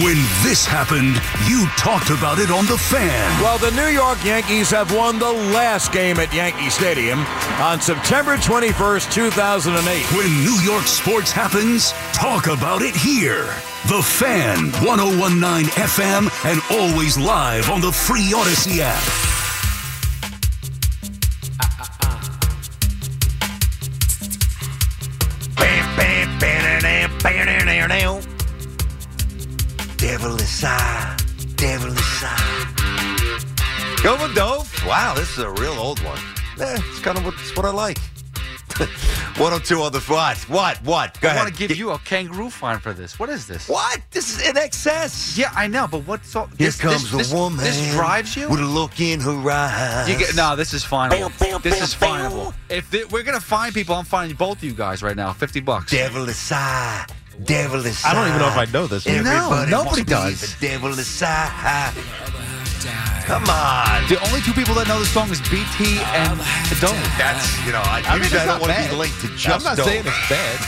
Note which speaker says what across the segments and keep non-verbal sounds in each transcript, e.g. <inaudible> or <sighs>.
Speaker 1: When this happened, you talked about it on The Fan.
Speaker 2: Well, the New York Yankees have won the last game at Yankee Stadium on September 21st, 2008.
Speaker 1: When New York sports happens, talk about it here. The Fan, 1019 FM, and always live on the free Odyssey app.
Speaker 2: Devilish eye, devilish eye. Gova Dove. Wow, this is a real old one. Eh, it's kind of what, it's what I like. <laughs> 102 on the what? What? What? Go
Speaker 3: I
Speaker 2: ahead.
Speaker 3: want to give you a kangaroo fine for this. What is this?
Speaker 2: What? This is in excess.
Speaker 3: Yeah, I know, but what's all
Speaker 2: Here
Speaker 3: this,
Speaker 2: comes
Speaker 3: this,
Speaker 2: a
Speaker 3: this-
Speaker 2: woman.
Speaker 3: This drives you.
Speaker 2: With a look in her eyes.
Speaker 3: You get, no, this is fineable.
Speaker 2: Bam, bam,
Speaker 3: this
Speaker 2: bam,
Speaker 3: is
Speaker 2: bam.
Speaker 3: fineable. If thi- we're gonna find people, I'm finding both you guys right now. Fifty bucks.
Speaker 2: Devilish eye. Devilish
Speaker 4: I don't even know if
Speaker 2: eye.
Speaker 4: I know this one.
Speaker 2: Everybody
Speaker 3: No,
Speaker 2: wants
Speaker 3: nobody
Speaker 2: to be
Speaker 3: does.
Speaker 2: The devilish eye. Come on.
Speaker 3: The only two people that know this song is BT and Dole.
Speaker 2: That's, you know, I,
Speaker 3: mean,
Speaker 2: usually
Speaker 3: it's
Speaker 2: I don't
Speaker 3: not
Speaker 2: want to
Speaker 3: bad.
Speaker 2: be linked to
Speaker 4: I'm
Speaker 2: just
Speaker 4: not
Speaker 2: Dole.
Speaker 4: saying it's bad.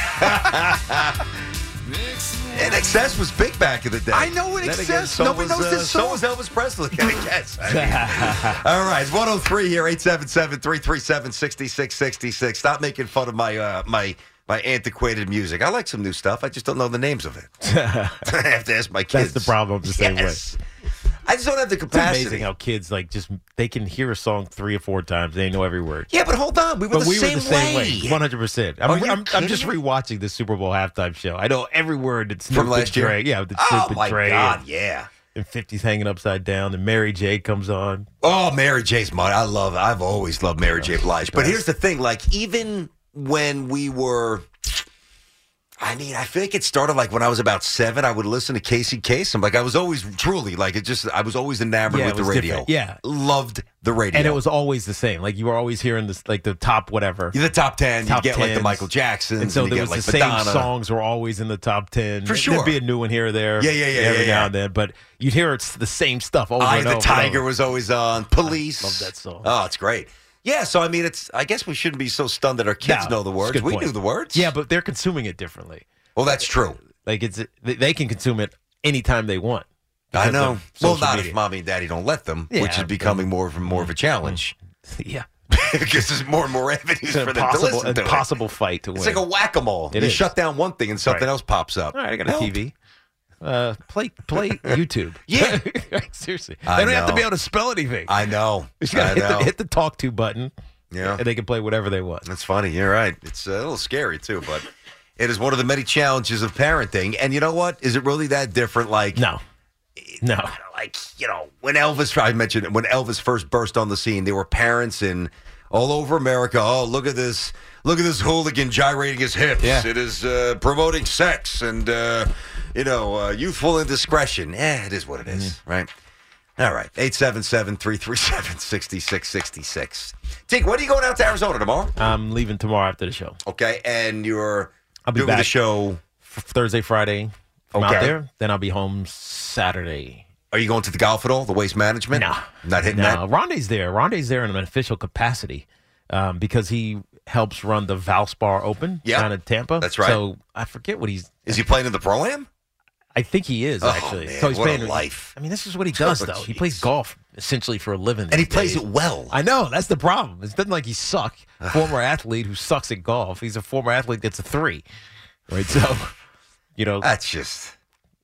Speaker 2: In Excess was big back in the day.
Speaker 3: I know In
Speaker 2: Then
Speaker 3: Excess.
Speaker 2: again, so
Speaker 3: Nobody
Speaker 2: was, uh,
Speaker 3: knows this
Speaker 2: So
Speaker 3: song.
Speaker 2: was Elvis Presley, I <laughs> guess.
Speaker 4: <laughs>
Speaker 2: I mean, all right, it's 103 here, 877-337-6666. Stop making fun of my uh, my my antiquated music. I like some new stuff. I just don't know the
Speaker 4: <laughs>
Speaker 2: names of it. <laughs> I have to ask my kids.
Speaker 4: That's the problem. I'm the same way.
Speaker 2: Yes. I just don't have the
Speaker 4: It's
Speaker 2: capacity.
Speaker 4: amazing how kids like just they can hear a song three or four times. They know every word.
Speaker 2: yeah, but hold on. We were,
Speaker 4: but
Speaker 2: the,
Speaker 4: we
Speaker 2: same
Speaker 4: were the same way,
Speaker 2: way.
Speaker 4: one hundred percent. I'm
Speaker 2: Are you
Speaker 4: I'm- I'm just
Speaker 2: kidding me?
Speaker 4: rewatching the Super Bowl halftime show. I know every word. That's
Speaker 2: From last year?
Speaker 4: Dre. yeah, the
Speaker 2: Oh,
Speaker 4: Snoop and
Speaker 2: my
Speaker 4: Dre
Speaker 2: God,
Speaker 4: and,
Speaker 2: yeah.
Speaker 4: and 50's hanging upside down, and Mary J comes on.
Speaker 2: Oh, Mary J's money. I love. I've always loved Mary J. Blige. But here's the thing: like, even when we were, I mean, I feel like it started like when I was about seven. I would listen to Casey Kasem. Like, I was always truly like it. Just I was always enamored
Speaker 4: Yeah,
Speaker 2: with
Speaker 4: it
Speaker 2: the
Speaker 4: was
Speaker 2: radio.
Speaker 4: different. Yeah.
Speaker 2: loved the radio.
Speaker 4: And it was always the same. Like you were always hearing this, like the top whatever.
Speaker 2: the top ten.
Speaker 4: Top
Speaker 2: you get like the
Speaker 4: 10s.
Speaker 2: Michael Jackson.
Speaker 4: And so
Speaker 2: you
Speaker 4: there
Speaker 2: get,
Speaker 4: was
Speaker 2: like,
Speaker 4: the same
Speaker 2: Madonna.
Speaker 4: songs were always in the top ten.
Speaker 2: For sure.
Speaker 4: there'd be a new one here or there.
Speaker 2: Yeah, yeah, yeah,
Speaker 4: Every
Speaker 2: yeah,
Speaker 4: now
Speaker 2: yeah.
Speaker 4: and then, but you'd hear it's the same stuff over
Speaker 2: Eye of
Speaker 4: and
Speaker 2: the
Speaker 4: over and
Speaker 2: Tiger
Speaker 4: over.
Speaker 2: was always on. Police.
Speaker 4: love that song.
Speaker 2: Oh, it's great. Yeah, so I mean, it's. I guess we shouldn't be so stunned that our kids
Speaker 4: No,
Speaker 2: know the
Speaker 4: it's a
Speaker 2: words.
Speaker 4: good
Speaker 2: We
Speaker 4: point.
Speaker 2: knew the words.
Speaker 4: Yeah, but they're consuming it differently.
Speaker 2: well, that's true.
Speaker 4: Like it's they- they can consume it anytime they
Speaker 2: <laughs>
Speaker 4: want.
Speaker 2: I
Speaker 4: because
Speaker 2: know.
Speaker 4: of
Speaker 2: Well,
Speaker 4: social
Speaker 2: not
Speaker 4: media.
Speaker 2: if mommy and daddy don't let them,
Speaker 4: Yeah,
Speaker 2: which is
Speaker 4: but-
Speaker 2: becoming more and more of a challenge <laughs>
Speaker 4: yeah,
Speaker 2: because there's more and more avenues
Speaker 4: it's an
Speaker 2: for them to
Speaker 4: impossible,
Speaker 2: listen to. it.
Speaker 4: impossible fight to win.
Speaker 2: It's like a whack a mole.
Speaker 4: It
Speaker 2: They
Speaker 4: is.
Speaker 2: shut down one thing and something
Speaker 4: Right.
Speaker 2: else pops up.
Speaker 4: All right, I got a
Speaker 2: Help.
Speaker 4: TV. Uh, play
Speaker 2: <laughs>
Speaker 4: play YouTube.
Speaker 2: Yeah.
Speaker 4: <laughs> seriously. They
Speaker 2: I
Speaker 4: don't have to
Speaker 2: know.
Speaker 4: be able to spell anything.
Speaker 2: I know.
Speaker 4: <laughs> You just
Speaker 2: I
Speaker 4: gotta hit
Speaker 2: know.
Speaker 4: the, hit the talk to button,
Speaker 2: yeah.
Speaker 4: and they can play whatever they want.
Speaker 2: That's funny. You're right. It's a little scary too, but it is one of the many challenges of parenting. And you know what? Is it really that different? Like
Speaker 4: No, no.
Speaker 2: like you know when Elvis I mentioned it, when Elvis first burst on the scene, there were parents in all over America. Oh, look at this! Look at this hooligan gyrating his hips.
Speaker 4: Yeah.
Speaker 2: It is uh, promoting sex and uh, you know uh, youthful indiscretion. Eh, it is what it is,
Speaker 4: Mm-hmm.
Speaker 2: right? All right, 877-337-6666. Tink, when are you going out to Arizona tomorrow?
Speaker 4: I'm leaving tomorrow after the show.
Speaker 2: Okay, and you're
Speaker 4: I'll be
Speaker 2: doing the
Speaker 4: back.
Speaker 2: show.
Speaker 4: F- Thursday, Friday, I'm out
Speaker 2: Okay.
Speaker 4: there. Then I'll be home Saturday.
Speaker 2: Are you going to the golf at all? The waste management?
Speaker 4: No,
Speaker 2: not hitting
Speaker 4: no.
Speaker 2: that.
Speaker 4: Rondé's there. Rondé's there in an official capacity um, because he helps run the Valspar Open
Speaker 2: Yeah.
Speaker 4: down in Tampa.
Speaker 2: That's right.
Speaker 4: So I forget what he's.
Speaker 2: Is he playing in the pro am?
Speaker 4: I think he is actually.
Speaker 2: Oh, man,
Speaker 4: so he's
Speaker 2: what a
Speaker 4: playing
Speaker 2: life.
Speaker 4: I mean, this is what he does
Speaker 2: <laughs> Oh,
Speaker 4: though. He
Speaker 2: jeez.
Speaker 4: plays golf essentially for a living,
Speaker 2: And he
Speaker 4: these
Speaker 2: plays
Speaker 4: days.
Speaker 2: it well.
Speaker 4: I know that's the problem. It's nothing like he
Speaker 2: <sighs>
Speaker 4: suck. Former athlete who sucks at golf. He's a former athlete that's a three, right? So, you know,
Speaker 2: That's just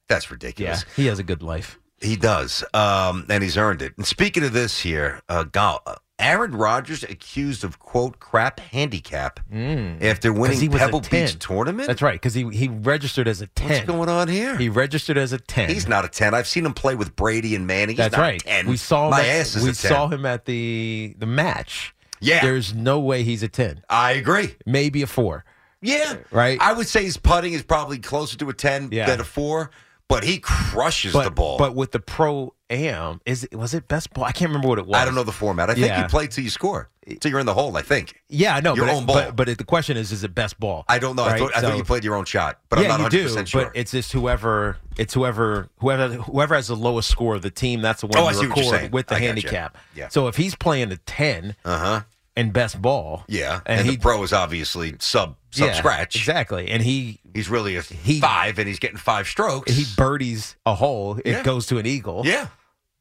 Speaker 2: that's
Speaker 4: yeah,
Speaker 2: ridiculous.
Speaker 4: he has a good life.
Speaker 2: He does, um, and he's earned it. And speaking of this here, uh, golf, Aaron Rodgers accused of quote crap handicap after winning
Speaker 4: Mm. Because he was
Speaker 2: Pebble
Speaker 4: a 10.
Speaker 2: Beach tournament.
Speaker 4: That's right, because he, he registered as a 10.
Speaker 2: What's going on here?
Speaker 4: He registered as a 10.
Speaker 2: He's not a ten. I've seen him play with Brady and Manning. He's
Speaker 4: That's
Speaker 2: not a
Speaker 4: right.
Speaker 2: 10.
Speaker 4: We saw him
Speaker 2: my
Speaker 4: at,
Speaker 2: ass is
Speaker 4: We
Speaker 2: a ten.
Speaker 4: saw him at the the match.
Speaker 2: Yeah.
Speaker 4: There's no way he's a 10.
Speaker 2: I agree.
Speaker 4: Maybe a 4.
Speaker 2: Yeah,
Speaker 4: Right.
Speaker 2: I would say his putting is probably closer to a ten
Speaker 4: Yeah.
Speaker 2: than a four, but he crushes
Speaker 4: But
Speaker 2: the ball.
Speaker 4: but with the pro am is it, was it best ball? I can't remember what it was.
Speaker 2: I don't know the format. I think
Speaker 4: Yeah.
Speaker 2: you play till you score, till you're in the hole. I think.
Speaker 4: Yeah, I know.
Speaker 2: Your
Speaker 4: but,
Speaker 2: own ball.
Speaker 4: but but it- the question is is it best ball?
Speaker 2: I don't know. I,
Speaker 4: Right?
Speaker 2: thought, I
Speaker 4: So-
Speaker 2: thought you played your own shot, but
Speaker 4: yeah,
Speaker 2: I'm not
Speaker 4: you
Speaker 2: 100
Speaker 4: do,
Speaker 2: sure.
Speaker 4: but it's just whoever it's whoever whoever whoever has the lowest score of the team. That's the one
Speaker 2: Oh,
Speaker 4: you
Speaker 2: I see what
Speaker 4: record
Speaker 2: you're saying.
Speaker 4: with the
Speaker 2: I gotcha.
Speaker 4: handicap.
Speaker 2: Yeah.
Speaker 4: So if he's playing a ten
Speaker 2: uh huh.
Speaker 4: and best ball,
Speaker 2: Yeah, and,
Speaker 4: and, he
Speaker 2: the pro is obviously sub sub
Speaker 4: yeah,
Speaker 2: scratch.
Speaker 4: exactly, and he
Speaker 2: He's really a
Speaker 4: He-
Speaker 2: five, and he's getting five strokes.
Speaker 4: he birdies a hole, it
Speaker 2: Yeah.
Speaker 4: goes to an eagle.
Speaker 2: yeah,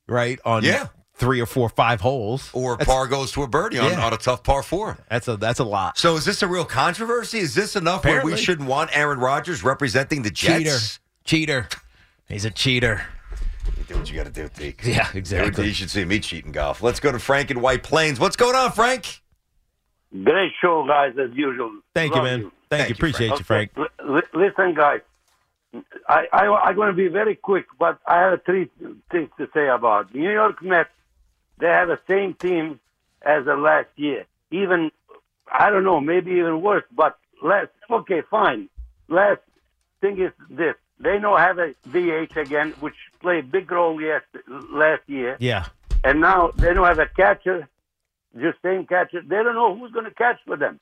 Speaker 4: Right on.
Speaker 2: Yeah.
Speaker 4: Three or four, five holes.
Speaker 2: or par goes to a birdie on,
Speaker 4: Yeah.
Speaker 2: on a tough par four.
Speaker 4: That's a that's a lot.
Speaker 2: So is this a real controversy? Is this enough where we
Speaker 4: Apparently.
Speaker 2: shouldn't want Aaron Rodgers representing the Jets?
Speaker 4: Cheater. Cheater. He's a cheater.
Speaker 2: You do what you got to do, Teak.
Speaker 4: <laughs> Yeah,
Speaker 2: You should see me cheating golf. Let's go to Frank in White Plains. What's going on, Frank?
Speaker 5: Great show, guys, as usual.
Speaker 4: Thank you,
Speaker 5: Love
Speaker 4: man. Thank,
Speaker 2: Thank
Speaker 4: you.
Speaker 2: you, Frank.
Speaker 4: Appreciate you, Frank.
Speaker 5: L- li- listen, guys, I, I, I'm going to be very quick, but I have three things to say about New York Mets. They have the same team as the last year. Even, I don't know, maybe even worse, but last, okay, fine. Last thing is this. They now have a DH again, which played big role yes, last year.
Speaker 4: Yeah.
Speaker 5: And now they don't have a catcher, just same catcher. They don't know who's going to catch for them.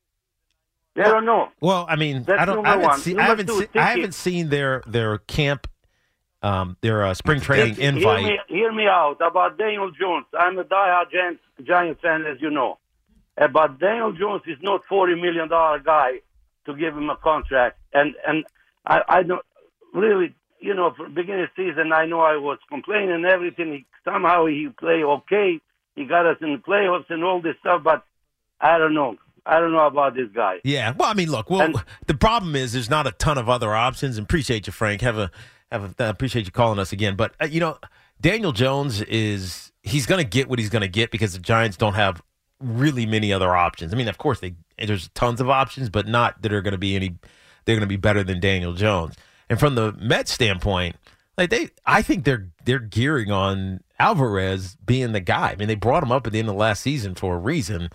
Speaker 5: They don't know.
Speaker 4: Well, I mean,
Speaker 5: That's
Speaker 4: I don't.
Speaker 5: number
Speaker 4: I haven't,
Speaker 5: one.
Speaker 4: seen- I
Speaker 5: Number
Speaker 4: haven't,
Speaker 5: two,
Speaker 4: se-
Speaker 5: thank
Speaker 4: I
Speaker 5: you.
Speaker 4: haven't seen their their camp, um, their uh, spring training
Speaker 5: Yes,
Speaker 4: invite.
Speaker 5: Hear me, hear me out about Daniel Jones. I'm a diehard Giants, Giants fan, as you know. Uh, But Daniel Jones is not forty million dollar guy to give him a contract. And and I, I don't really, you know, for beginning of season, I know I was complaining and everything. He, somehow he play okay. He got us in the playoffs and all this stuff. But I don't know. I don't know about this guy.
Speaker 4: Yeah. Well, I mean, look. Well,
Speaker 5: And-
Speaker 4: the problem is there's not a ton of other options. And appreciate you, Frank. Have a have a uh, appreciate you calling us again. But uh, you know, Daniel Jones is he's going to get what he's going to get because the Giants don't have really many other options. I mean, of course, they there's tons of options, but not that are going to be any. They're going to be better than Daniel Jones. And from the Mets standpoint, like they, I think they're they're gearing on Alvarez being the guy. I mean, they brought him up at the end of last season for a reason.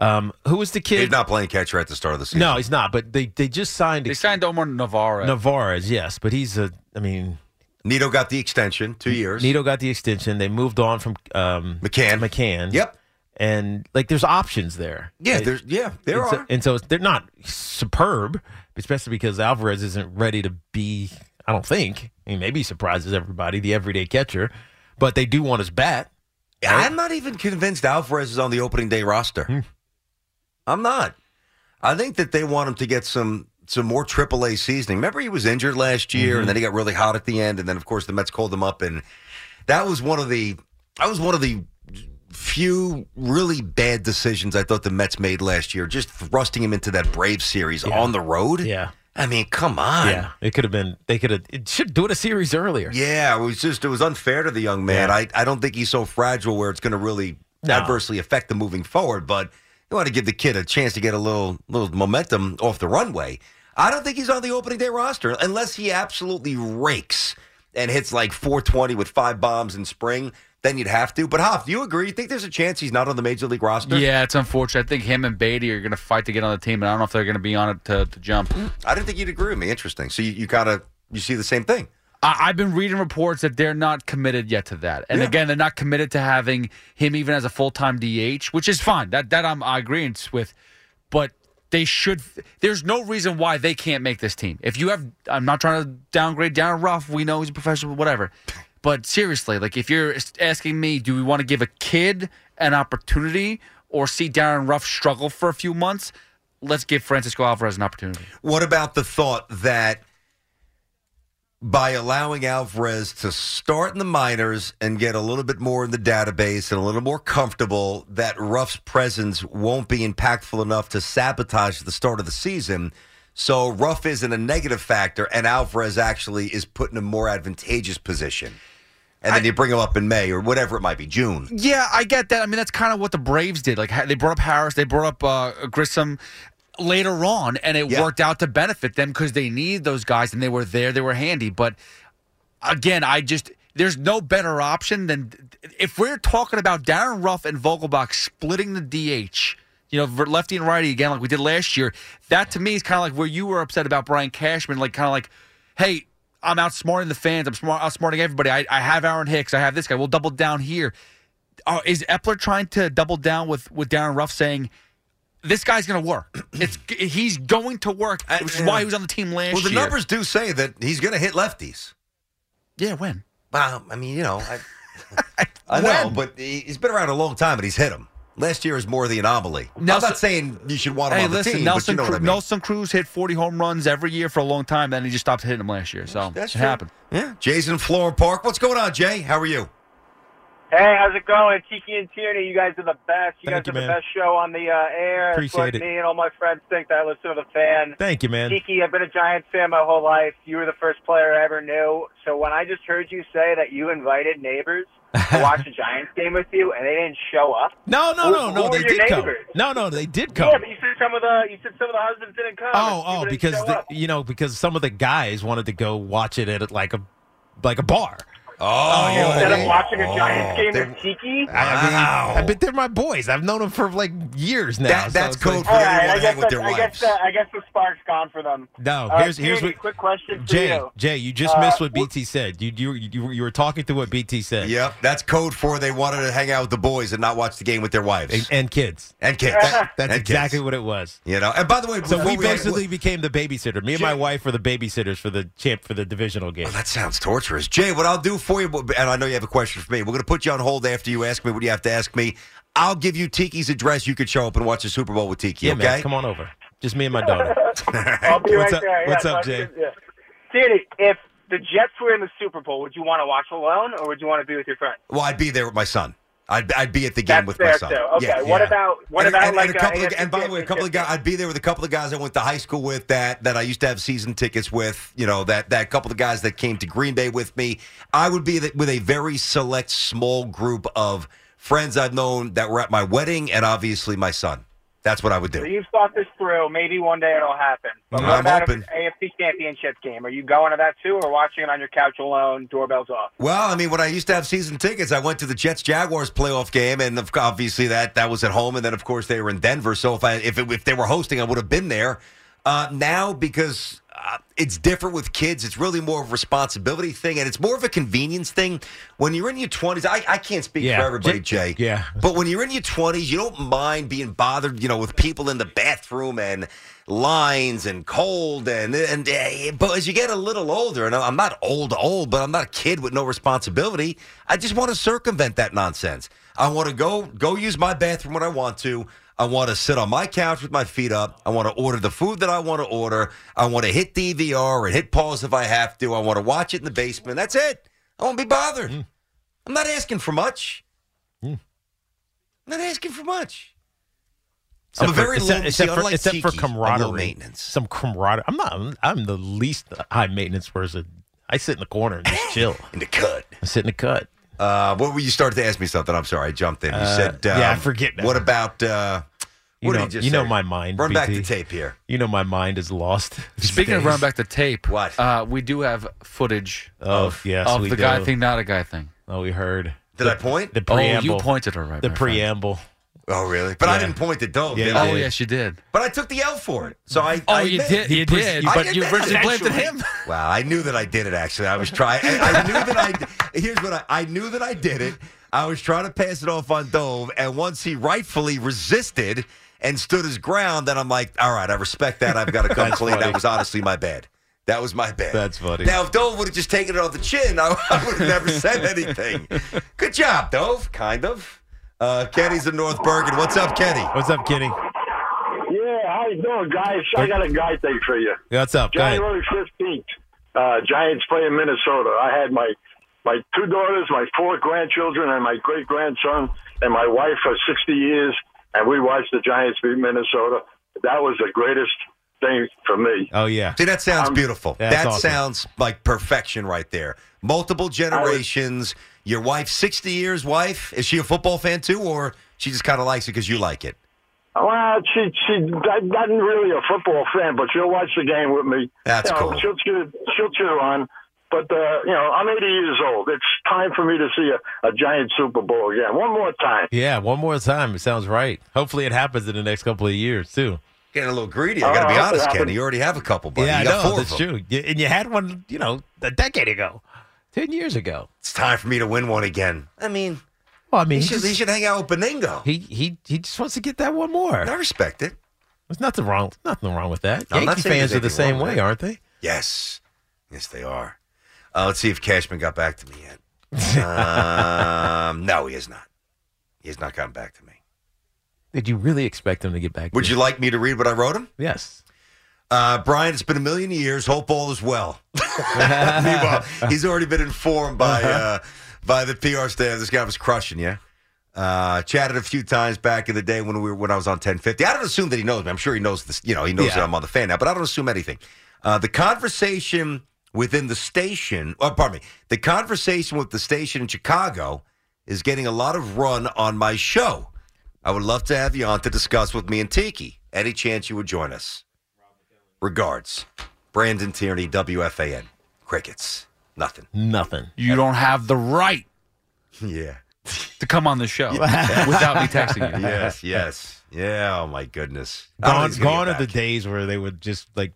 Speaker 4: Um, who was the kid?
Speaker 2: He's not playing catcher at the start of the season.
Speaker 4: No, he's not. But they, they just signed
Speaker 3: They signed Omar Navarro.
Speaker 4: Navarez, yes. But he's a. I mean,
Speaker 2: Nito got the extension, two years.
Speaker 4: Nito got the extension. They moved on from um,
Speaker 2: McCann.
Speaker 4: McCann.
Speaker 2: Yep.
Speaker 4: And like, there's options there.
Speaker 2: Yeah,
Speaker 4: Like,
Speaker 2: there's yeah, there
Speaker 4: and so,
Speaker 2: are.
Speaker 4: and so they're not superb, especially because Alvarez isn't ready to be. I don't think. I mean, maybe he surprises everybody, the everyday catcher, but they do want his bat.
Speaker 2: I'm not even convinced Alvarez is on the opening day roster.
Speaker 4: Hmm.
Speaker 2: I'm not. I think that they want him to get some some more AAA seasoning. Remember, he was injured last year,
Speaker 4: Mm-hmm.
Speaker 2: and then he got really hot at the end, and then of course the Mets called him up, and that was one of the that was one of the few really bad decisions I thought the Mets made last year, just thrusting him into that Brave series on the road.
Speaker 4: Yeah.
Speaker 2: I mean, come on.
Speaker 4: Yeah, it could have been. They could have. It should do it a series earlier.
Speaker 2: Yeah, it was just it was unfair to the young man. I, I don't think he's so fragile where it's going to really
Speaker 4: No.
Speaker 2: adversely affect them moving forward. But you want to give the kid a chance to get a little little momentum off the runway. I don't think he's on the opening day roster unless he absolutely rakes and hits like 420 with five bombs in spring. Then you'd have to. But Hoff, do you agree? You think there's a chance he's not on the major league roster?
Speaker 3: Yeah, it's unfortunate. I think him and Beatty are going to fight to get on the team, and I don't know if they're going to be on it to, to jump.
Speaker 2: I didn't think you'd agree with me. Interesting. So you, you kind of you see the same thing.
Speaker 3: I, I've been reading reports that they're not committed yet to that, and again, they're not committed to having him even as a full time DH, which is fine. That that I'm I agree with, but they should. There's no reason why they can't make this team. If you have, I'm not trying to downgrade Darren Ruff. We know he's a professional, whatever. But seriously, like if you're asking me, do we want to give a kid an opportunity or see Darren Ruff struggle for a few months? Let's give Francisco Alvarez an opportunity.
Speaker 2: What about the thought that by allowing Alvarez to start in the minors and get a little bit more in the database and a little more comfortable, that Ruff's presence won't be impactful enough to sabotage the start of the season? So Ruff isn't a negative factor, and Alvarez actually is put in a more advantageous position. and then you bring him up in May or whatever it might be, June.
Speaker 3: Yeah, I get that. I mean, that's kind of what the Braves did. Like ha- they brought up Harris, they brought up uh, Grissom later on, and it
Speaker 2: Yeah.
Speaker 3: worked out to benefit them because they needed those guys, and they were there, they were handy. But again, I just there's no better option than if we're talking about Darren Ruff and Vogelbach splitting the DH. You know, ver- lefty and righty again, like we did last year. That to me is kind of like where you were upset about Brian Cashman, like kind of like, hey, I'm outsmarting the fans. I'm smart, outsmarting everybody. I, I have Aaron Hicks. I have this guy. We'll double down here. Uh, is Epler trying to double down with with Darren Ruff saying this guy's going to
Speaker 2: <clears throat>
Speaker 3: work? It's he's going to work,
Speaker 2: Uh,
Speaker 3: which is
Speaker 2: yeah.
Speaker 3: why he was on the team last
Speaker 2: Well, the
Speaker 3: year.
Speaker 2: numbers do say that he's going to hit lefties.
Speaker 3: yeah, when
Speaker 2: Well, I mean, you know, I, <laughs> I know, but he- he's been around a long time, and he's hit him. Last year is more the anomaly.
Speaker 3: Nelson-
Speaker 2: I'm not saying you should want him
Speaker 3: Hey,
Speaker 2: on the
Speaker 3: listen,
Speaker 2: team,
Speaker 3: Nelson,
Speaker 2: but you know
Speaker 3: Cru-
Speaker 2: what I mean.
Speaker 3: Nelson Cruz hit 40 home runs every year for a long time, then he just stopped hitting them last year. So it
Speaker 2: true.
Speaker 3: happened.
Speaker 2: Yeah, Jay's in Florham Park. What's going on, Jay? How are you?
Speaker 6: Hey, how's it going? Kiki and Tierney, you guys are the best. You
Speaker 4: Thank
Speaker 6: guys
Speaker 4: you,
Speaker 6: are the
Speaker 4: man.
Speaker 6: best show on the uh, air. It's
Speaker 4: Appreciate
Speaker 6: what
Speaker 4: it.
Speaker 6: Me and all my friends think that I listen to the fan.
Speaker 4: Thank you, man.
Speaker 6: Kiki, I've been a Giants fan my whole life. You were the first player I ever knew. So when I just heard you say that you invited neighbors
Speaker 4: <laughs>
Speaker 6: to watch a Giants game with you and they didn't show up,
Speaker 4: No, no,
Speaker 6: Who-
Speaker 4: no, no.
Speaker 6: who
Speaker 4: They
Speaker 6: are your
Speaker 4: did come.
Speaker 6: neighbors?
Speaker 4: No, no, they did come.
Speaker 6: yeah, but you said some of the you said some of the husbands didn't come.
Speaker 4: oh,
Speaker 6: You
Speaker 4: oh,
Speaker 6: didn't
Speaker 4: because
Speaker 6: show
Speaker 4: the,
Speaker 6: up.
Speaker 4: you know because some of the guys wanted to go watch it at like a like a bar.
Speaker 2: Oh, you know what I
Speaker 6: instead of
Speaker 2: mean?
Speaker 6: watching a Giants
Speaker 2: Oh,
Speaker 6: game
Speaker 2: they-
Speaker 6: with Kiki.
Speaker 2: Wow.
Speaker 4: I mean, but they're my boys. I've known them for like years now.
Speaker 2: That-
Speaker 4: so
Speaker 2: that's
Speaker 4: it's like-
Speaker 2: code
Speaker 6: all
Speaker 2: They didn't
Speaker 6: right,
Speaker 2: wanna
Speaker 6: I
Speaker 2: hang
Speaker 6: guess,
Speaker 2: with
Speaker 6: that,
Speaker 2: their
Speaker 6: I, guess
Speaker 2: wives.
Speaker 6: that, I guess the spark's gone for them.
Speaker 4: No,
Speaker 6: Uh,
Speaker 4: here's here's
Speaker 6: Tierney,
Speaker 4: what
Speaker 6: quick question for
Speaker 4: Jay
Speaker 6: you.
Speaker 4: Jay you just
Speaker 6: Uh,
Speaker 4: missed what
Speaker 6: wh-
Speaker 4: BT said. You you you, you were talking through what BT said.
Speaker 2: Yep, that's code for they wanted to hang out with the boys and not watch the game with their wives
Speaker 4: And,
Speaker 2: and,
Speaker 4: and kids.
Speaker 2: kids.
Speaker 4: That's
Speaker 2: And
Speaker 4: exactly
Speaker 2: kids.
Speaker 4: what it was.
Speaker 2: you know. And by the way,
Speaker 4: So
Speaker 2: before
Speaker 4: we basically
Speaker 2: we-
Speaker 4: became the babysitter. Me and my wife were the babysitters for the champ for the divisional game.
Speaker 2: Oh, that sounds torturous, Jay. What I'll do for you, and I know you have a question for me. We're going to put you on hold after you ask me what you have to ask me. I'll give you Tiki's address. You could show up and watch the Super Bowl with Tiki.
Speaker 4: Yeah,
Speaker 2: okay?
Speaker 4: man. Come on over. Just me and my daughter.
Speaker 6: I'll be
Speaker 4: What's
Speaker 6: right
Speaker 4: up-
Speaker 6: there.
Speaker 4: what's
Speaker 6: yeah,
Speaker 4: up,
Speaker 6: so I
Speaker 4: Jay?
Speaker 6: can- Yeah. Danny, if the Jets were in the Super Bowl, would you want to watch alone or would you want to be with your friends?
Speaker 2: Well, I'd be there with my son. I'd, I'd be at the game
Speaker 6: That's
Speaker 2: with
Speaker 6: fair
Speaker 2: my son.
Speaker 6: too. Okay.
Speaker 2: Yeah,
Speaker 6: What
Speaker 2: yeah.
Speaker 6: about what
Speaker 2: and,
Speaker 6: about
Speaker 2: and-
Speaker 6: like
Speaker 2: and a couple
Speaker 6: uh,
Speaker 2: of, and by the way, a couple of guys. I'd be there with a couple of guys I went to high school with that that I used to have season tickets with. You know that that couple of guys that came to Green Bay with me. I would be th- with a very select small group of friends I've known that were at my wedding and obviously my son. That's what I would
Speaker 6: So
Speaker 2: do.
Speaker 6: you've thought this through. Maybe one day it'll happen. But
Speaker 2: I'm
Speaker 6: what about
Speaker 2: open.
Speaker 6: an AFC Championship game? Are you going to that too, or watching it on your couch alone, doorbells off?
Speaker 2: Well, I mean, when I used to have season tickets, I went to the Jets Jaguars playoff game, and of- obviously that that was at home, and then of course they were in Denver. So if I if it, if they were hosting, I would have been there. Uh, now because uh, it's different with kids, it's really more of a responsibility thing, and it's more of a convenience thing. When you're in your twenties, I, I can't speak
Speaker 4: Yeah.
Speaker 2: for everybody,
Speaker 4: J-
Speaker 2: Jay.
Speaker 4: yeah.
Speaker 2: But when you're in your 20s, you don't mind being bothered, you know, with people in the bathroom and lines and cold and and eh, but as you get a little older, and I'm not old old, but I'm not a kid with no responsibility. I just want to circumvent that nonsense. I want to go go use my bathroom when I want to. I want to sit on my couch with my feet up. I want to order the food that I want to order. I want to hit DVR and hit pause if I have to. I want to watch it in the basement. That's it. I won't be bothered. I'm not asking for much.
Speaker 4: Hmm.
Speaker 2: Not asking for much. I'm a
Speaker 4: for-
Speaker 2: very
Speaker 4: except,
Speaker 2: low-
Speaker 4: except
Speaker 2: see,
Speaker 4: for,
Speaker 2: unlike
Speaker 4: except for
Speaker 2: Tiki, I'm low
Speaker 4: camaraderie,
Speaker 2: maintenance.
Speaker 4: Some camaraderie. I'm not. I'm, I'm the least high maintenance person. I sit in the corner and just chill.
Speaker 2: In the cut.
Speaker 4: I sit in the cut.
Speaker 2: Uh, what were you started to ask me something? I'm sorry, I jumped in. You
Speaker 4: Uh,
Speaker 2: said, um,
Speaker 4: yeah, I forget now.
Speaker 2: What about? Uh,
Speaker 4: You
Speaker 2: what did
Speaker 4: know-
Speaker 2: he just
Speaker 4: you know
Speaker 2: say?
Speaker 4: my mind,
Speaker 2: Run back
Speaker 4: BT.
Speaker 2: the tape here.
Speaker 4: You know, my mind is lost. <laughs>
Speaker 3: Speaking of running back the tape,
Speaker 2: What?
Speaker 3: Uh, we do have footage
Speaker 4: Oh, yes,
Speaker 3: of
Speaker 4: we
Speaker 3: the guy
Speaker 4: do.
Speaker 3: thing, not a guy thing.
Speaker 4: Oh, we heard
Speaker 2: Did I point?
Speaker 4: the preamble.
Speaker 3: Oh, you pointed her right.
Speaker 4: the
Speaker 3: my friend.
Speaker 4: preamble.
Speaker 2: oh, really? But I
Speaker 4: Yeah.
Speaker 2: didn't point the dome.
Speaker 4: Yeah,
Speaker 2: did
Speaker 4: you
Speaker 2: I?
Speaker 3: Oh
Speaker 4: did.
Speaker 3: yes, you did.
Speaker 2: But I took the L for it. So I.
Speaker 3: Oh,
Speaker 2: I
Speaker 3: you
Speaker 2: admit-
Speaker 3: did. You
Speaker 4: pres-
Speaker 3: did.
Speaker 2: I
Speaker 3: But
Speaker 2: did
Speaker 3: you
Speaker 2: that
Speaker 3: originally blamed
Speaker 2: eventually.
Speaker 3: him.
Speaker 2: Wow, I knew that I did it. Actually, I was trying. I, I knew that I. d- Here's what I, I knew that I did it. I was trying to pass it off on Dove, and once he rightfully resisted and stood his ground, then I'm like, all right, I respect that. I've got to come clean. That was honestly my bad. That was my bad.
Speaker 4: That's funny.
Speaker 2: Now, if Dove would have just taken it on the chin, I, I would have never said anything. Good job, Dove. Kind of. Uh, Kenny's in North Bergen. What's up, Kenny?
Speaker 4: What's up, Kenny?
Speaker 7: Yeah, how you doing, guys? I got a guy thing for you.
Speaker 4: What's up? Go ahead.
Speaker 7: January fifteenth, uh, Giants play in Minnesota. I had my my two daughters, my four grandchildren, and my great grandson, and my wife for sixty years, and we watched the Giants beat Minnesota. That was the greatest thing for me.
Speaker 4: Oh yeah.
Speaker 2: See, that sounds beautiful.
Speaker 4: That's
Speaker 2: that
Speaker 4: awesome.
Speaker 2: sounds like perfection right there. Multiple generations. Your wife, 60 years wife. Is she a football fan too, or she just kind of likes it because you like it?
Speaker 7: Well, she she I'm not really a football fan, but she'll watch the game with me.
Speaker 2: That's
Speaker 7: you know,
Speaker 2: cool.
Speaker 7: She'll cheer she'll cheer on. But uh, you know, I'm 80 years old. It's time for me to see a, a giant Super Bowl again, one more time.
Speaker 4: Yeah, one more time. It sounds right. Hopefully, it happens in the next couple of years too.
Speaker 2: Getting a little greedy. I got to
Speaker 7: Oh,
Speaker 2: be
Speaker 7: that's
Speaker 2: honest,
Speaker 7: what
Speaker 2: Kenny.
Speaker 7: happened.
Speaker 2: You already have a couple, buddy.
Speaker 4: yeah,
Speaker 2: you
Speaker 4: I
Speaker 2: got
Speaker 4: know
Speaker 2: four of
Speaker 4: that's
Speaker 2: them.
Speaker 4: true. Y- And you had one, you know, a decade ago, ten years ago.
Speaker 2: It's time for me to win one again. I mean,
Speaker 4: Well, I mean,
Speaker 2: he
Speaker 4: he
Speaker 2: should, he
Speaker 4: just-
Speaker 2: should hang out with Beningo.
Speaker 4: he, he he just wants to get that one more.
Speaker 2: I respect it.
Speaker 4: There's nothing wrong. Nothing wrong with that.
Speaker 2: I'm not
Speaker 4: Yankee
Speaker 2: saying
Speaker 4: fans
Speaker 2: there's
Speaker 4: are the
Speaker 2: anything
Speaker 4: same
Speaker 2: wrong with
Speaker 4: way,
Speaker 2: that.
Speaker 4: aren't they?
Speaker 2: Yes. Yes, they are. Uh, let's see if Cashman got back to me
Speaker 4: <laughs>
Speaker 2: yet. um, no, he has not. He has not gotten back to me.
Speaker 4: Did you really expect them to get back?
Speaker 2: Would
Speaker 4: to
Speaker 2: you like me to read what I wrote him?
Speaker 4: Yes.
Speaker 2: Uh, Brian, it's been a million years. Hope all is well. Meanwhile, he's already been informed by uh, by the PR staff. This guy was crushing you. Uh, chatted a few times back in the day when we were when I was on 1050. I don't assume that he knows me. I'm sure he knows this. You know, he knows
Speaker 4: Yeah.
Speaker 2: that I'm on the fan now, but I don't assume anything. Uh, the conversation within the station, oh, pardon me, the conversation with the station in Chicago is getting a lot of run on my show. I would love to have you on to discuss with me and Tiki. Any chance you would join us? Regards, Brandon Tierney, WFAN. Crickets.
Speaker 4: <laughs>
Speaker 2: Nothing.
Speaker 4: Nothing.
Speaker 3: You don't have the right
Speaker 2: Yeah.
Speaker 3: to come on the
Speaker 8: <laughs>
Speaker 3: show without me texting you.
Speaker 2: Yes, yes. Yeah, oh my goodness. I don't
Speaker 4: Gone.
Speaker 2: think he's gonna
Speaker 4: Gone
Speaker 2: get
Speaker 4: are the
Speaker 2: back.
Speaker 4: days where they would just like